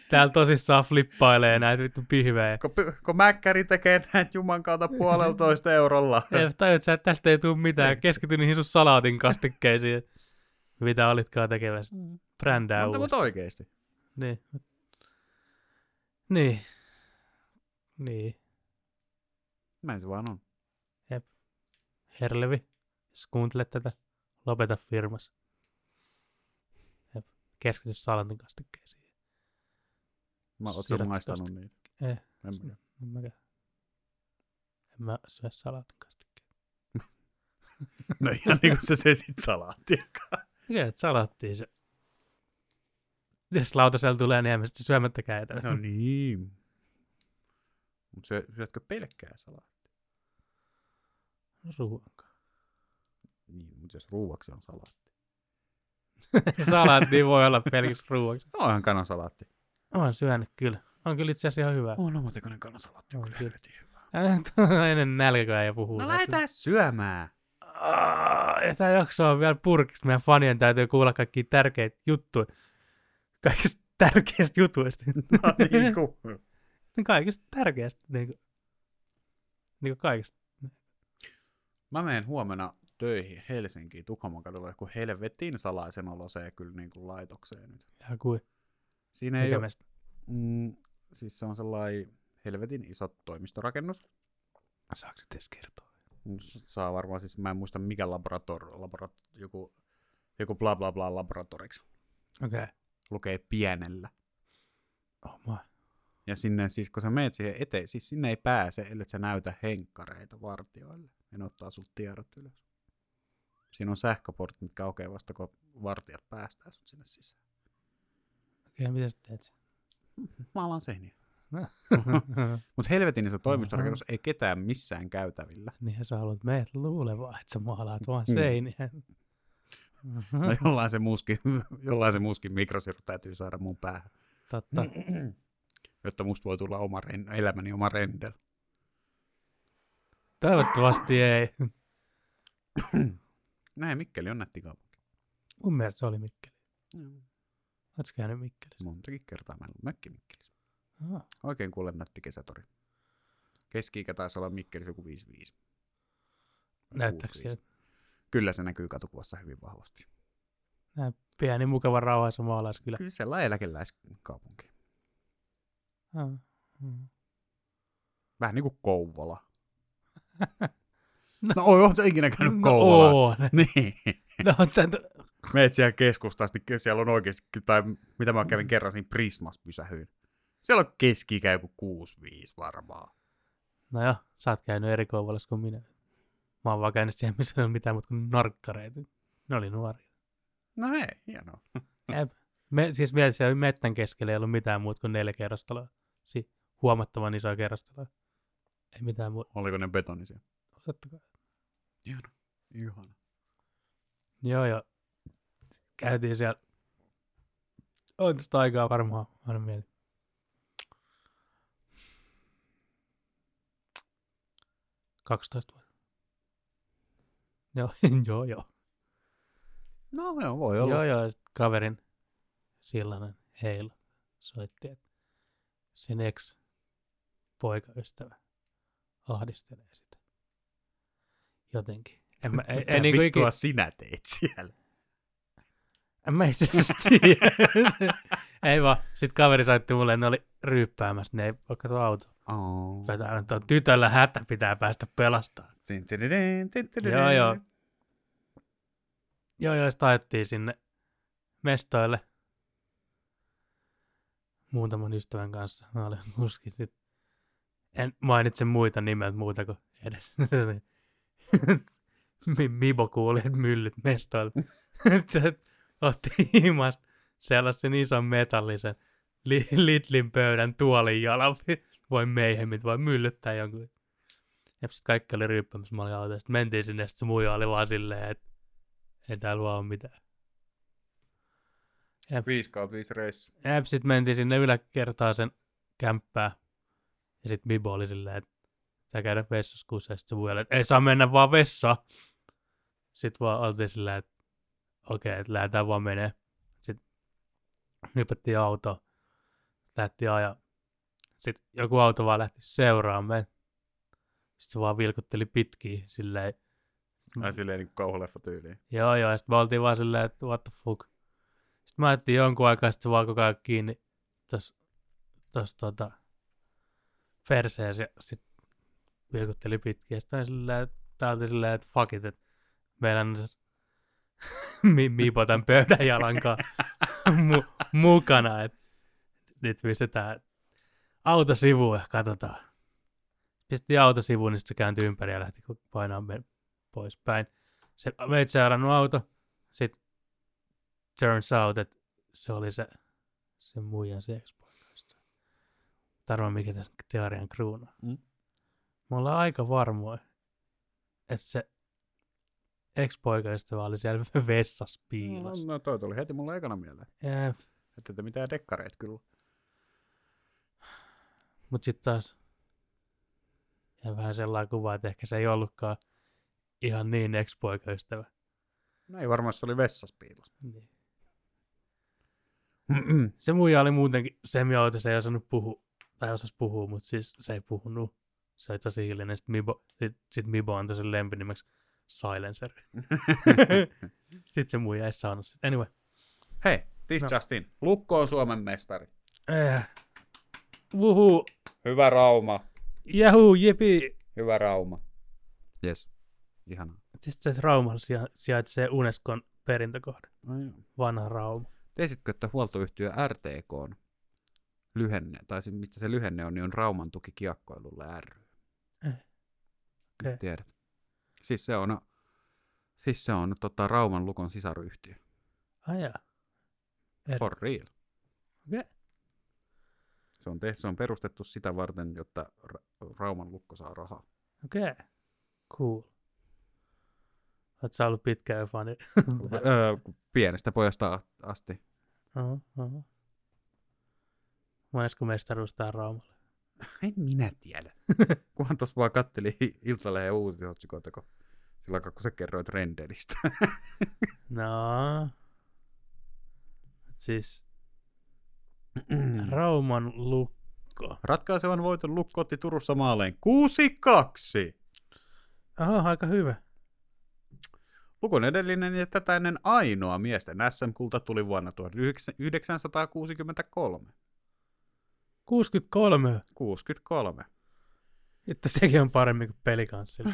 Täällä tosissaan flippailee näitä vittu pihvejä.
kun, py- kun mäkkäri tekee näitä juman kautta puoleltoista eurolla.
*laughs* Ei, Tajut sä, että tästä ei tule mitään. Keskity niihin sun salaatin kastikkeisiin. Mitä olitkaan tekemässä. Brändää
Mm. Mutta,
uudestaan.
mutta oikeesti.
Niin. Niin. Niin.
Näin se vaan on.
Herlevi, jos kuuntelet tätä, lopeta firmas. Jep. Keskity salatin kastikkeisiin.
Mä oot sä
Siirrät
maistanut
tosta.
niitä.
Eh,
En
sinne.
mä-
En mäkään. En mä syö salatin kastikkeita.
No ihan niin kuin sä söisit salaattia.
Mikä et salattiin se? Jos lautasella tulee, niin en mä sitten syömättä käytä.
No niin. Mutta syö, syötkö pelkkää salaattia?
*laughs* Ruokaa.
Niin, mutta jos ruuaksi on salaatti.
Salatti voi olla pelkiksi ruoaksi.
No ihan kanasalaatti.
Olen syönyt kyllä. On kyllä itse asiassa ihan hyvä.
On omatekoinen kanasalaatti.
On
On kyllä
kyllä.
helvetin hyvä.
Äh, tuo on Ennen nälkää ja puhuu.
No
näistä.
lähetään syömään.
Ah, Ja tämä jakso on vielä purkissa. Meidän fanien täytyy kuulla kaikki tärkeitä juttuja. Kaikista tärkeistä jutuista.
*laughs*
*laughs*
No niin kuin.
kaikista niinku. tärkeistä. Niin kuin, niin kuin kaikista.
Mä menen huomenna töihin Helsinkiin Tukholman kadulla joku helvetin salaisen oloseen kyllä niin kuin laitokseen nyt.
Ja kui,
Siinä ei
mikä
ole,
meistä?
mm, siis se on sellainen helvetin iso toimistorakennus.
Saako se edes kertoa?
S- Saa varmaan siis, mä en muista mikä laborator, laborat, joku, joku bla bla bla laboratoriksi.
Okei. Okay.
Lukee pienellä.
Oh my.
Ja sinne siis, kun sä meet siihen eteen, siis sinne ei pääse, ellei sä näytä henkkareita vartijoille. Ne ottaa sut tiedot ylös. Siinä on sähköportit, mitkä aukeaa vasta, kun vartijat päästää sut sinne sisään.
Okei, okay, mitä sä teet sen?
Mä alan seiniä.
*laughs*
Mutta helvetin se toimistorakennus ei ketään missään käytävillä.
Niinhän Niin sä haluat meidät luulevaa, että sä maalaat vaan
Mm.
seiniä. Mm-hmm.
No *laughs* jollain se muskin, jollain se muskin mikrosiru täytyy saada mun päähän,
*laughs* Totta.
jotta musta voi tulla oma ren, elämäni oma rendel.
Toivottavasti ei.
Näin Mikkeli on nätti kaupunki.
Mun mielestä se oli Mikkeli. Ootko käynyt Mikkelissä?
Montakin kertaa mä en ollut mökki Mikkelissä.
Ah,
Oikein kuulen nätti kesätori. Keski-ikä taisi olla Mikkelissä joku 55. Vai
näyttääkö
65.
siellä
Kyllä se näkyy katukuvassa hyvin vahvasti.
pieni mukava rauhaisa maalaiskylä?
Kyllä siellä on eläkeläiskaupunki.
Ah, mm.
Vähän niin kuin Kouvola.
*laughs* No.
no, oi, oot sä ikinä käynyt
No
Kouvolaa?
oon.
Niin.
*laughs* No, oot sä nyt-
Meet siellä keskustasta, niin siellä on oikeasti, tai mitä mä kävin kerran siinä Prismas pysähyyn. Siellä on keski joku 65 varmaan.
No joo, sä oot käynyt eri Kouvolassa kuin minä. Mä oon vaan käynyt siellä, missä ei ole mitään muuta kuin narkkareita. Ne oli nuoria.
No hei, hienoa. *laughs*
Me, siis vielä siellä mettän keskellä ei ollut mitään muuta kuin neljä kerrostaloa. Si- huomattavan isoa kerrostaloa. Ei mitään muuta.
Oliko ne betonisia?
Totta kai.
Ihana.
Joo, joo. Käytiin siellä. On tästä aikaa varmaan, aina mieli. Kaksitoista vuotta. Joo, *laughs* joo, joo.
No joo, voi olla.
Joo, joo, ja sit kaverin Sillanen Heil soitti, että sen ex poikaystävä ahdistelee sitä. Jotenkin.
*laughs*
En mä, ei,
Mitä
ei, niinku
vittua
ikinä,
sinä teet
*laughs*
siellä? *laughs*
en mä itse asiassa tiedä. ei vaan, sit kaveri soitti mulle, ne oli ryyppäämässä, ne ei vaikka tuo auto.
Oh.
Päätä, tuo tytöllä hätä pitää päästä pelastamaan. Joo, joo. Joo, joo, sitten ajettiin sinne mestoille muutaman ystävän kanssa. Mä olin *laughs* kuski sit. En mainitse muita nimet muuta kuin edes. *laughs* Mi- Mibo kuuli, että myllyt mestoilla. *laughs* Se otti himasta sellaisen ison metallisen li- Lidlin pöydän tuolin jalan. *laughs* Voi meihemmit, voi myllyttää jonkun. Ja sitten kaikki oli ryyppämässä, mä olin autossa. Sitten mentiin sinne, sitten se muija oli vaan silleen, että ei täällä vaan ole mitään.
5 kautta 5 reissu.
Jääp, sit mentiin sinne yläkertaan sen kämppää. Ja sit Bibo oli silleen, että sä käydä vessassa kuussa. Ja sit se voi että ei saa mennä vaan vessaan. Sit vaan oltiin silleen, että okei, okay, että lähdetään vaan menee. Sit hypättiin autoon. Lähtiin ajaa. Sit joku auto vaan lähti seuraamaan. Sit se vaan vilkutteli pitkiä silleen.
Ai silleen niin kauhuleffa tyyliin.
Joo, joo, ja sitten me oltiin vaan silleen, että what the fuck. Sitten mä ajattelin jonkun aikaa, sitten se vaan koko ajan kiinni tos, tos tota, perseessä, ja sitten vilkutteli pitkin, ja sitten oli silleen, että tää oli silleen, että fuck it, että meillä on *laughs* se mi- miipo tämän pöydän jalankaan *laughs* mu- mukana, että nyt pistetään auto sivuun ja katsotaan. Pisti auto sivuun, niin sitten se kääntyi ympäri ja lähti painaa poispäin se meitä seurannut auto, sit turns out, että se oli se, se muijan se ex-poikaista. Tarvo, mikä tässä teorian kruuna.
Mm.
Me ollaan aika varmoja, että se ex-poikaista oli siellä *laughs* vessassa
No,
piilossa.
no toi tuli heti mulle ekana mieleen.
Jep.
Että te mitään dekkareita kyllä.
Mutta sitten taas ja vähän sellainen kuva, että ehkä se ei ollutkaan ihan niin ex-poikaystävä.
No ei varmaan, se oli vessas piilossa.
Niin.
*laughs*
se muija oli muutenkin semiauto, se ei osannut puhua, tai osas puhua, mutta siis se ei puhunut. Se oli tosi hiljainen. Sitten Mibo, sit, sit Mibo antoi sen lempinimeksi Silencer. Sitten se muija ei saanut sitä. Anyway.
Hei, this
No.
Justin. Lukko on Suomen mestari.
Äh. Wuhu,
Hyvä Rauma.
jahu, jipi.
Hyvä Rauma. Yes. Ihanaa.
Sitten se Rauma sija- sijaitsee Unescon perintökohde.
No joo.
Vanha Rauma.
Tiesitkö, että huoltoyhtiö RTK on lyhenne, tai siis mistä se lyhenne on, niin on Rauman tuki kiekkoilulle ry.
Eh.
Nyt
Okei.
Tiedät. Siis se on, siis se on tota, Rauman lukon sisaryhtiö.
Ai jaa. Er-
For real.
Okei.
Se on, tehty, se on perustettu sitä varten, jotta Ra- Rauman lukko saa rahaa.
Okei. Okay. Cool. Oot sä ollut pitkään fani?
Öö, pienestä pojasta a- asti.
Oho, oho. Monesko mestaruus tää Raumalle?
En minä tiedä. *laughs* Kunhan tuossa vaan katteli Iltalehen uutisotsikoita, kun sillä aikaa, kun sä kerroit Rendelistä.
No. Siis Mm. Rauman lukko.
*laughs* Ratkaisevan voiton Lukko otti Turussa maaleen 6-2.
Aha, aika hyvä.
Lukon edellinen ja tätä ennen ainoa miesten SM-kulta tuli vuonna 1963.
63.
63.
Että sekin on paremmin kuin
*laughs*
pelikanssilla.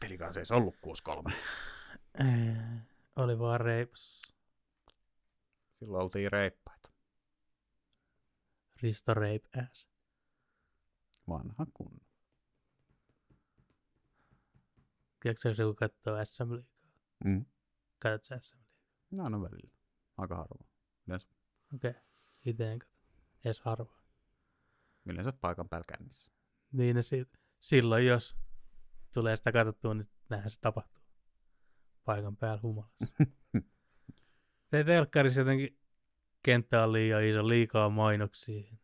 Peli kanssa ei se ollut 63.
Eh, Oli vaan reipas.
Silloin oltiin reippaita.
Risto Rape ass.
Vanha kun.
Tiedätkö jos joku katsoo SM Liigaa?
Mm.
Katsot sä SM Liigaa?
No, no välillä. Aika harvoin. Yleensä,
Okei. Okay. Itse en katso. Edes harvoin.
yleensä paikan päällä kännissä.
Niin, ne si- silloin jos tulee sitä katsottua, niin näinhän se tapahtuu. Paikan päällä humalassa. Se telkkarissa jotenkin kenttä on liian iso, liikaa mainoksia.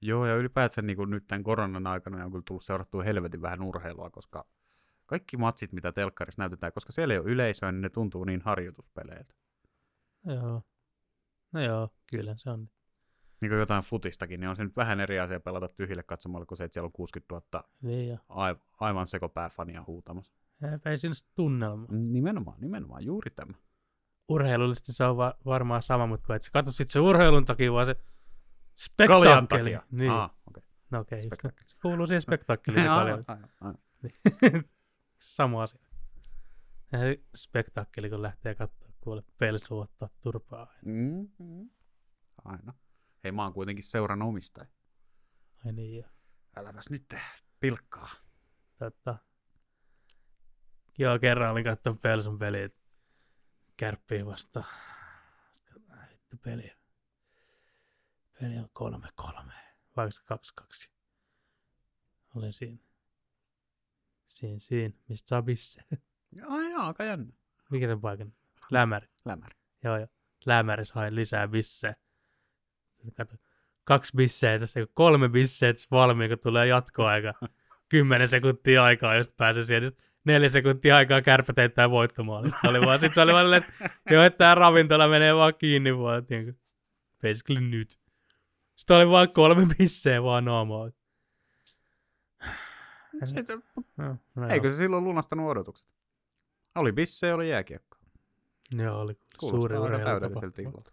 Joo, ja ylipäätään niin kuin nyt tämän koronan aikana niin on kyllä tullut seurattua helvetin vähän urheilua, koska kaikki matsit, mitä telkkarissa näytetään, koska siellä ei ole yleisöä, niin ne tuntuu niin harjoituspeleiltä.
Joo. No joo, kyllä se on.
niin kuin jotain futistakin, niin on se nyt vähän eri asia pelata tyhjille katsomalla, kun se, että siellä on 60 000
Niin joo.
aiv- aivan sekopääfania huutamassa.
Ei siinä ole tunnelma.
Nimenomaan, nimenomaan, juuri tämä.
urheilullisesti se on va- varmaan sama, mutta kun et sä katso sit se urheilun takia, vaan se
Kaljan
spektakkeli.
takia.
Niin.
Ah, okay.
No okei, okay,
spektakkeli.
se kuuluu siihen spektakkeliin.
*laughs*
se kaljan.
aivan, aivan.
sama asia. Ja se spektakkeli, kun lähtee katsoa, kuule pelsu ottaa turpaa.
Mm-hmm. Aina. Hei, mä oon kuitenkin seuran omistaja.
Ai niin, joo.
Äläpäs nyt tee pilkkaa.
Totta. tota. Joo, kerran olin katsoa pelsun peliä kärppiin vastaan. Sitten, ai Vittu peli. Peli on kolme kolme. Vaikka se kaksi kaksi. Olin siinä. Siinä, siinä. Mistä saa bisse? *laughs*
Ai jaa, aika jännä.
Mikä sen paikan? Lämäri.
Lämäri.
Joo, joo. Lämäri sai lisää bissejä. Sitten Kato, kaksi bissejä tässä, kun kolme bissejä tässä valmiin, kun tulee *laughs* jatkoaika. Kymmenen sekuntia aikaa, jos pääsee siihen. Nyt neljä sekuntia aikaa kärpät heittää voittomaan. Sitten oli vaan, sit se oli vaan, silleen, *laughs* että joo, että tämä ravintola menee vaan kiinni vaan, tiedätkö. Basically nyt. Sitten oli vaan kolme bissejä vaan naamaa.
Sitten,
No, no,
eikö se silloin lunastanut odotukset? Oli bisse, oli jääkiekko.
joo. Joo, oli suuri
Kuulostaa aika
urheilutapahtuma.
täydelliseltä illalta.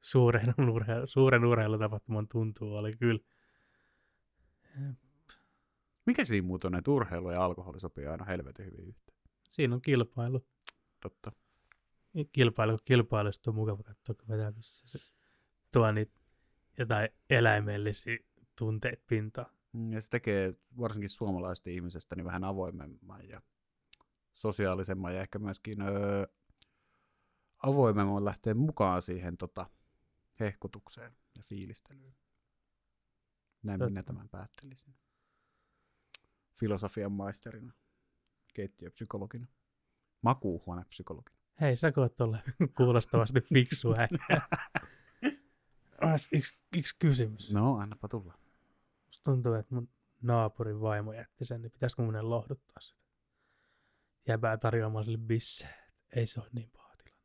suuren, urheilu, suuren urheilutapahtuman tuntuu oli kyllä.
Mikä siinä muuten on, että urheilu ja alkoholi sopii aina helvetin hyvin yhteen?
Siinä on kilpailu.
Totta.
Kilpailu kun kilpailu, sit on mukava katsoa, kun vetää missä se tuo niitä jotain eläimellisiä tunteita pintaan.
Mm, Ja se tekee varsinkin suomalaisesta ihmisestä niin vähän avoimemman ja sosiaalisemman ja ehkä myöskin öö, avoimemman lähtee mukaan siihen tota, hehkutukseen ja fiilistelyyn. Näin
Totta.
minä tämän päättelisin. Filosofian maisterina, keittiöpsykologina, makuuhuonepsykologina.
Hei, sä koet olla *laughs* kuulostavasti fiksu äijä. Ois yksi, yksi kysymys. No.
No, annapa tulla.
Musta tuntuu, että mun naapurin vaimo jätti sen, niin pitäisikö mun enää lohduttaa sitä? Jäbää tarjoamaan sille bissejä. Ei se ole niin paha tilanne.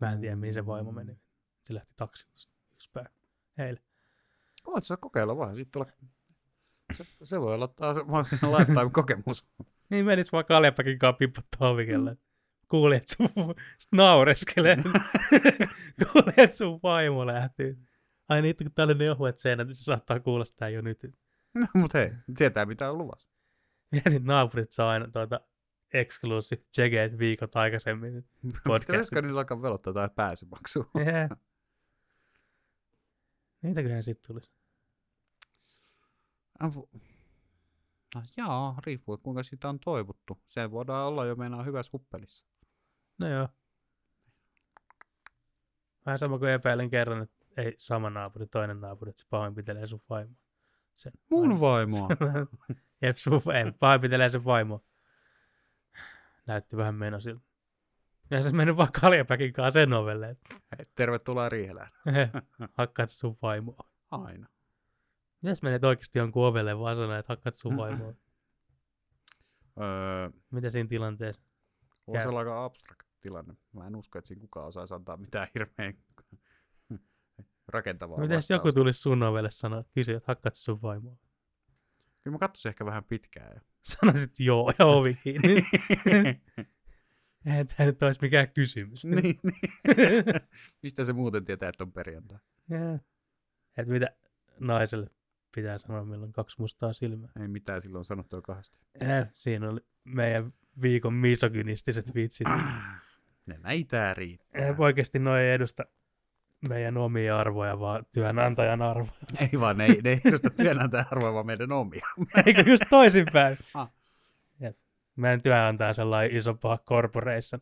Mä en tiedä, mihin se vaimo meni. Se lähti taksin tosta yksi päivä. Heille.
*laughs* Voit sä kokeilla vaan, sit tulla. Se, se voi olla taas vaan siinä lifetime kokemus.
Niin menis vaan Kalepakin kanssa pippottaa ovikelle. Kuulin, että sun sit naureskelee. *laughs* Kuulin, että sun vaimo lähti. Ai niin, kun täällä on ne ohuet seinät, niin se saattaa kuulostaa jo nyt.
*laughs* No, mutta hei, tietää mitä on luvassa.
Mietin, naapurit saa aina tuota exclusive chegeet viikot aikaisemmin
Pitäisikö
podcastin.
nyt alkaa velottaa tai pääsymaksua?
Yeah. Niitäköhän sitten tulisi.
Apu. No jaa, riippuu, että kuinka sitä on toivottu. Se voidaan olla jo meinaa hyvässä huppelissa.
No joo. Vähän sama kuin epäilen kerran, että ei sama naapuri, toinen naapuri, että se pahoinpitelee sun vaimoa. Sen
Mun vaimoa.
vaimoa. *laughs* Jep, sun vaimo, pahoinpitelee sen vaimoa. Näytti vähän meno siltä. Ja se mennyt vaan kaljapäkin kanssa sen ovelle. *laughs* et,
*laughs* Hei, tervetuloa Riihelään.
Hakkaat sun vaimoa.
Aina.
Mitäs menet oikeasti jonkun ovelle vaan sanoa, että hakkaat sun vaimoa?
Öö,
Mitä siinä tilanteessa?
on
Käy.
se aika abstrakti tilanne. Mä en usko, että siinä kukaan osaisi antaa mitään hirveän *laughs* rakentavaa
Mitäs joku
vastausta.
tulisi sun ovelle sanoa, kysyä, että hakkaat sun vaimoa?
Kyllä mä katsoisin ehkä vähän pitkään *laughs* jo.
Sanoisit joo ja ovi
*laughs*
kiinni. Eihän tämä nyt olisi mikään kysymys.
niin, niin. *laughs* Mistä se muuten tietää, että on perjantai?
Jää. Et mitä naiselle pitää sanoa, milloin on kaksi mustaa silmää.
Ei mitään silloin sanottua *clears throat* kahdesti.
Jää. Eh, Siinä oli meidän viikon misogynistiset vitsit.
Ne näitä riittää.
Jää. Oikeasti noin ei edusta meidän omia arvoja, vaan työnantajan arvoja. *laughs*
Ei vaan, ne ei, ne ei edusta työnantajan arvoa, vaan meidän omia.
Eikö just toisinpäin?
Ah.
Jep. Meidän työnantaja on sellainen iso paha corporation,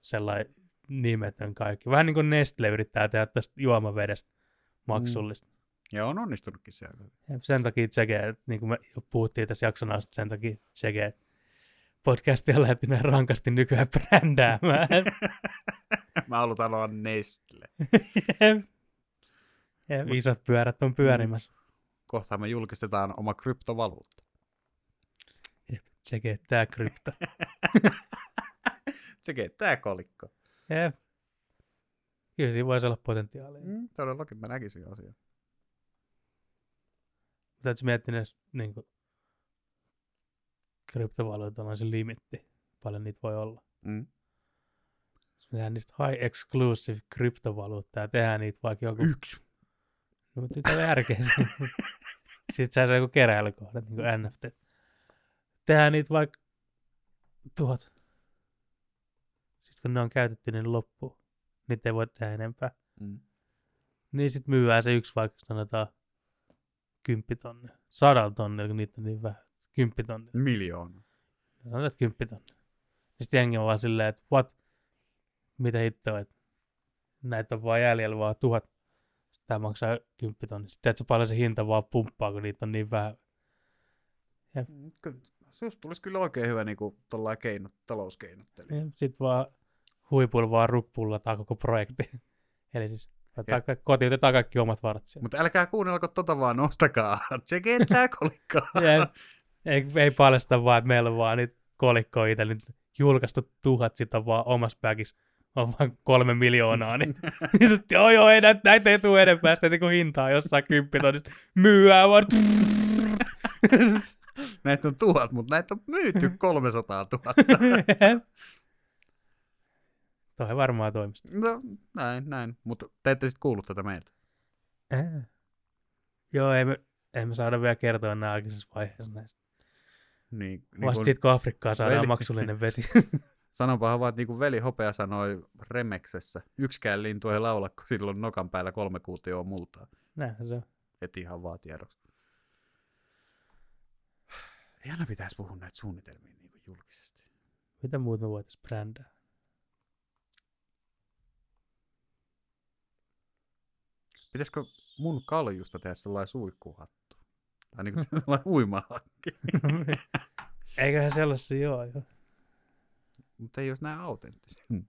sellainen nimetön kaikki. Vähän niin kuin Nestle yrittää tehdä tästä juomavedestä maksullista.
Ja on onnistunutkin se.
Ja sen takia tseke, niin kuin me jo puhuttiin tässä jakson alussa, sen takia tseke, podcasti on lähtenyt rankasti nykyään brändäämään.
Mä haluan sanoa Nestle.
ja isot pyörät on pyörimässä.
Kohta me julkistetaan oma kryptovaluutta.
Tseke, tää krypto.
Sekin, tää kolikko.
Ja. Kyllä siinä voisi olla potentiaalia. Mm.
Mm, todellakin mä näkisin asian.
Mutta ootko miettinyt, niin kuin, kryptovaluutalla on se limitti, paljon niitä voi olla.
Mm.
Jos me tehdään niistä high exclusive kryptovaluuttaa ja tehdään niitä vaikka joku
Yksi.
No, mutta mitä järkeä siinä on? Sitten sä saa joku keräilykohde, niin kuin NFT. Tehdään niitä vaikka tuhat. Sitten kun ne on käytetty, niin ne loppuu. Niitä ei voi tehdä enempää.
Mm.
Niin sitten myyään se yksi vaikka sanotaan kymppitonni. Sadalla tonnilla, kun niitä on niin vähän. Kymppitonni.
Miljoona.
Sanotaan, että kymppitonni. Ja sitten Niin jengi on vaan silleen, että what? Mitä hittoa, että näitä on vaan jäljellä vaan tuhat. Tämä maksaa kymppitonni. Sitten tiedätkö paljon se hinta vaan pumppaa, kun niitä on niin vähän.
Mm, ky- Se olisi- tulisi kyllä oikein hyvä niin kuin, keino, talouskeinottelija.
Sitten Niin vaan huipulla vaan ruppullataan koko projekti. *laughs* Eli siis ottaa ka- kotiutetaan kaikki omat varat sieltä.
Mutta älkää kuunnelko tota vaan, ostakaa. Tsekee tää kolikko. *laughs*
*laughs* Ja ei, ei paljasta vaan, että meillä on vaan niitä kolikkoja itse, nyt julkaistu tuhat, sitä on vaan omassa päkissä on vaan kolme
no *laughs*
miljoonaa, niin niin joo joo, ei näitä, näitä ei tule enempää, sitä kuin hintaa jossain kymppitonnista, myyään vaan,
näitä on tuhat, mutta näitä on myyty 300 *laughs* 000.
Toi varmaan toimista.
No, näin, näin. Mutta te ette sitten kuullut tätä meiltä.
Joo, ei me, ei me saada vielä kertoa nämä aikaisessa vaiheessa näistä.
Niin, niin
Vasta
kun-
sitten kun Afrikkaan saadaan niin-
Veli-
maksullinen vesi.
*laughs*
*laughs*
Sanonpahan vaan, että niin kuin veli Hopea sanoi Remeksessä, yksikään lintu ei laula, kun silloin nokan päällä kolme kuutioa multaa.
Näinhän se on.
Et ihan vaan tiedoksi. Ei aina pitäisi puhua näitä suunnitelmia niin kuin julkisesti.
Mitä muuta me voitaisiin *laughs* brändää?
Pitäisikö mun kaljusta tehdä sellainen suihkuhattu? Tai
*laughs*
niin kuin sellainen uimahankki.
Eiköhän sellaisia joo, joo.
Mutta ei olisi näin autenttisia. Mm.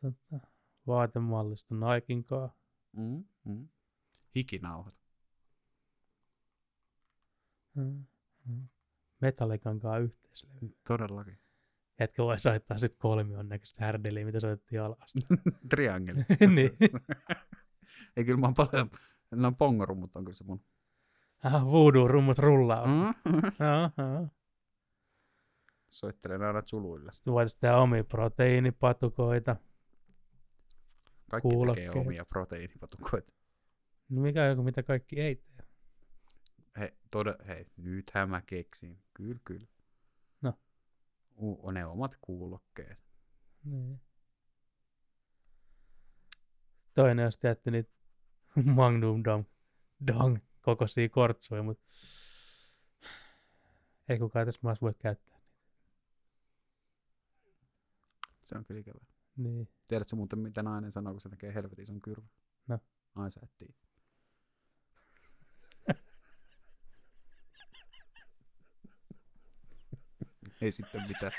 Tota, vaatemallista Nikein kaa.
Mm. Mm. Hikinauhat.
Mm, mm. Metallikan kaa yhteislevy.
Todellakin. *laughs*
Jätkä voi soittaa sitten kolmion näköistä härdeliä, mitä soitettiin alasta.
Triangeli.
*laughs* niin.
Ei kyllä mä oon paljon... No pongorummut on kyllä se mun.
Mm-hmm. Ah, voodoo-rummut rullaa. Mm.
Mm.
Ah, ah.
Soittelen aina suluilla.
Sitten voit tehdä omia proteiinipatukoita.
Kaikki tekee
Kuulokkeet.
omia proteiinipatukoita.
No mikä on joku, mitä kaikki ei tee?
He, toda, hei, nythän mä keksin. Kyllä, kyllä.
No.
U, ne omat kuulokkeet.
Niin. Toinen olisi tehty niitä *laughs* Magnum Dong, dong kokoisia kortsuja, mutta ei kukaan tässä maassa voi käyttää.
Se on kyllä ikävä.
Niin. *laughs*
Tiedätkö muuten, mitä nainen sanoo, kun se näkee helvetin sun kyrvä?
No.
Ai sä
*laughs*
et tiedä. Ei sitten mitään.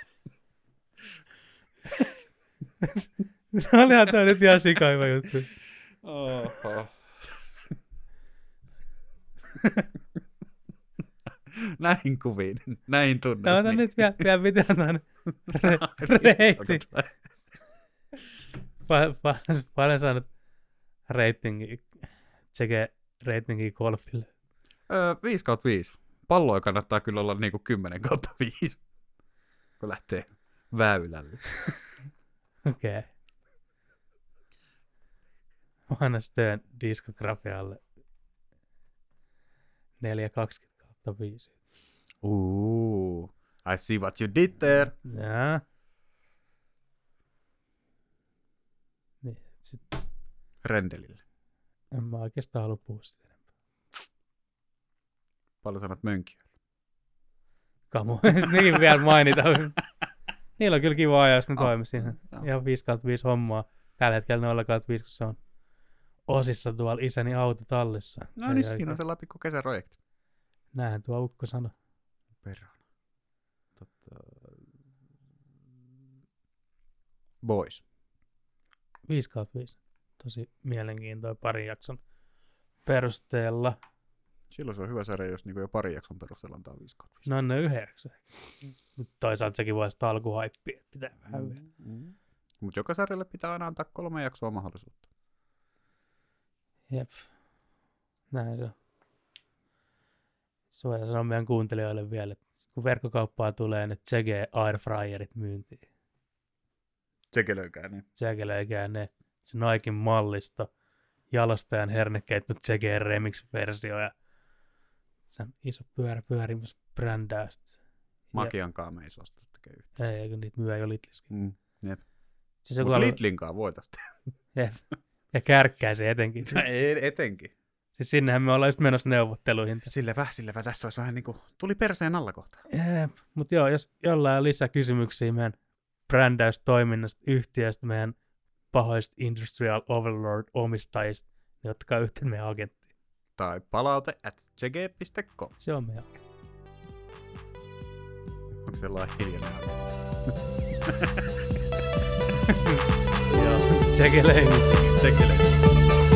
Olihan tämä nyt ihan sikaiva juttu.
Oho. *laughs* näin kuviin, näin Niin. tunnen.
Tämä on nyt vielä, vielä mitään aina.
*laughs*
re- reitti. *laughs* Pa- pa- paljon saanut reitingi, tsekee reitingi golfille.
Öö, 5 kautta 5. Palloja kannattaa kyllä olla niinku 10 kautta 5, kun lähtee väylälle.
Okei. Okay. Mä annan Stön diskografialle 420 kautta 5.
Ooh, I see what you did there.
Jaa. Niin, sit
Rendelille.
en mä oikeastaan halua puhua siitä enempää.
Paljon sanot mönkiä.
Kamu, *laughs* sit nekin vielä mainita. Niillä on kyllä kiva ajaa, jos ne
On,
toimisi ihan,
on, on.
ihan 5 kautta 5 hommaa. Tällä hetkellä 0 kautta 5, kun se on osissa tuolla isäni autotallissa.
No
Ei
niin,
oikein-
siinä on sellainen pikku kesäprojekti.
Näinhän tuo ukko sanoi.
Perhana. Tota... Boys.
5 kautta 5. Tosi mielenkiintoinen pari jakson perusteella.
Silloin se on hyvä sarja, jos niinku jo pari jakson perusteella antaa 5 kautta
No ne yhdeksän. Nyt toisaalta sekin voi sitä alkuhaippi, että pitää vähän vielä.
Mm. Mutta joka sarjalle pitää aina antaa kolme jaksoa mahdollisuutta.
Jep. Näin se on. Suoja sanoa meidän kuuntelijoille vielä, että sit kun verkkokauppaa tulee, niin tsegee airfryerit myyntiin.
Sekin löykää, niin.
Tsegelöikää ne. Se Naikin mallista. Jalostajan hernekeitto tsegee remix-versio ja se on iso pyörä pyörimässä brändää sit.
Makiankaan me ei suostu tekemään yhtään.
Ei, eikö niitä myy jo Lidliskin.
Mm.
Siis joku
Mutta
al...
Lidlinkaan voitaisiin tehdä.
Ja
*laughs*
kärkkäisi etenkin.
Ei, e- etenkin.
siis sinnehän me ollaan just menossa neuvotteluihin.
Silläpä, silläpä tässä olisi vähän niin kuin, tuli perseen alla kohta.
Mutta joo, jos jollain on lisäkysymyksiä meidän brändäystoiminnasta, yhtiöstä, meidän pahoista Industrial Overlord-omistajista, niin ottakaa yhteen meidän agentti.
Tai palaute at jg.com.
Se on meidän agentti.
Onko sellainen hiljainen? ääni?
Joo, tsekelein.
Tsekele.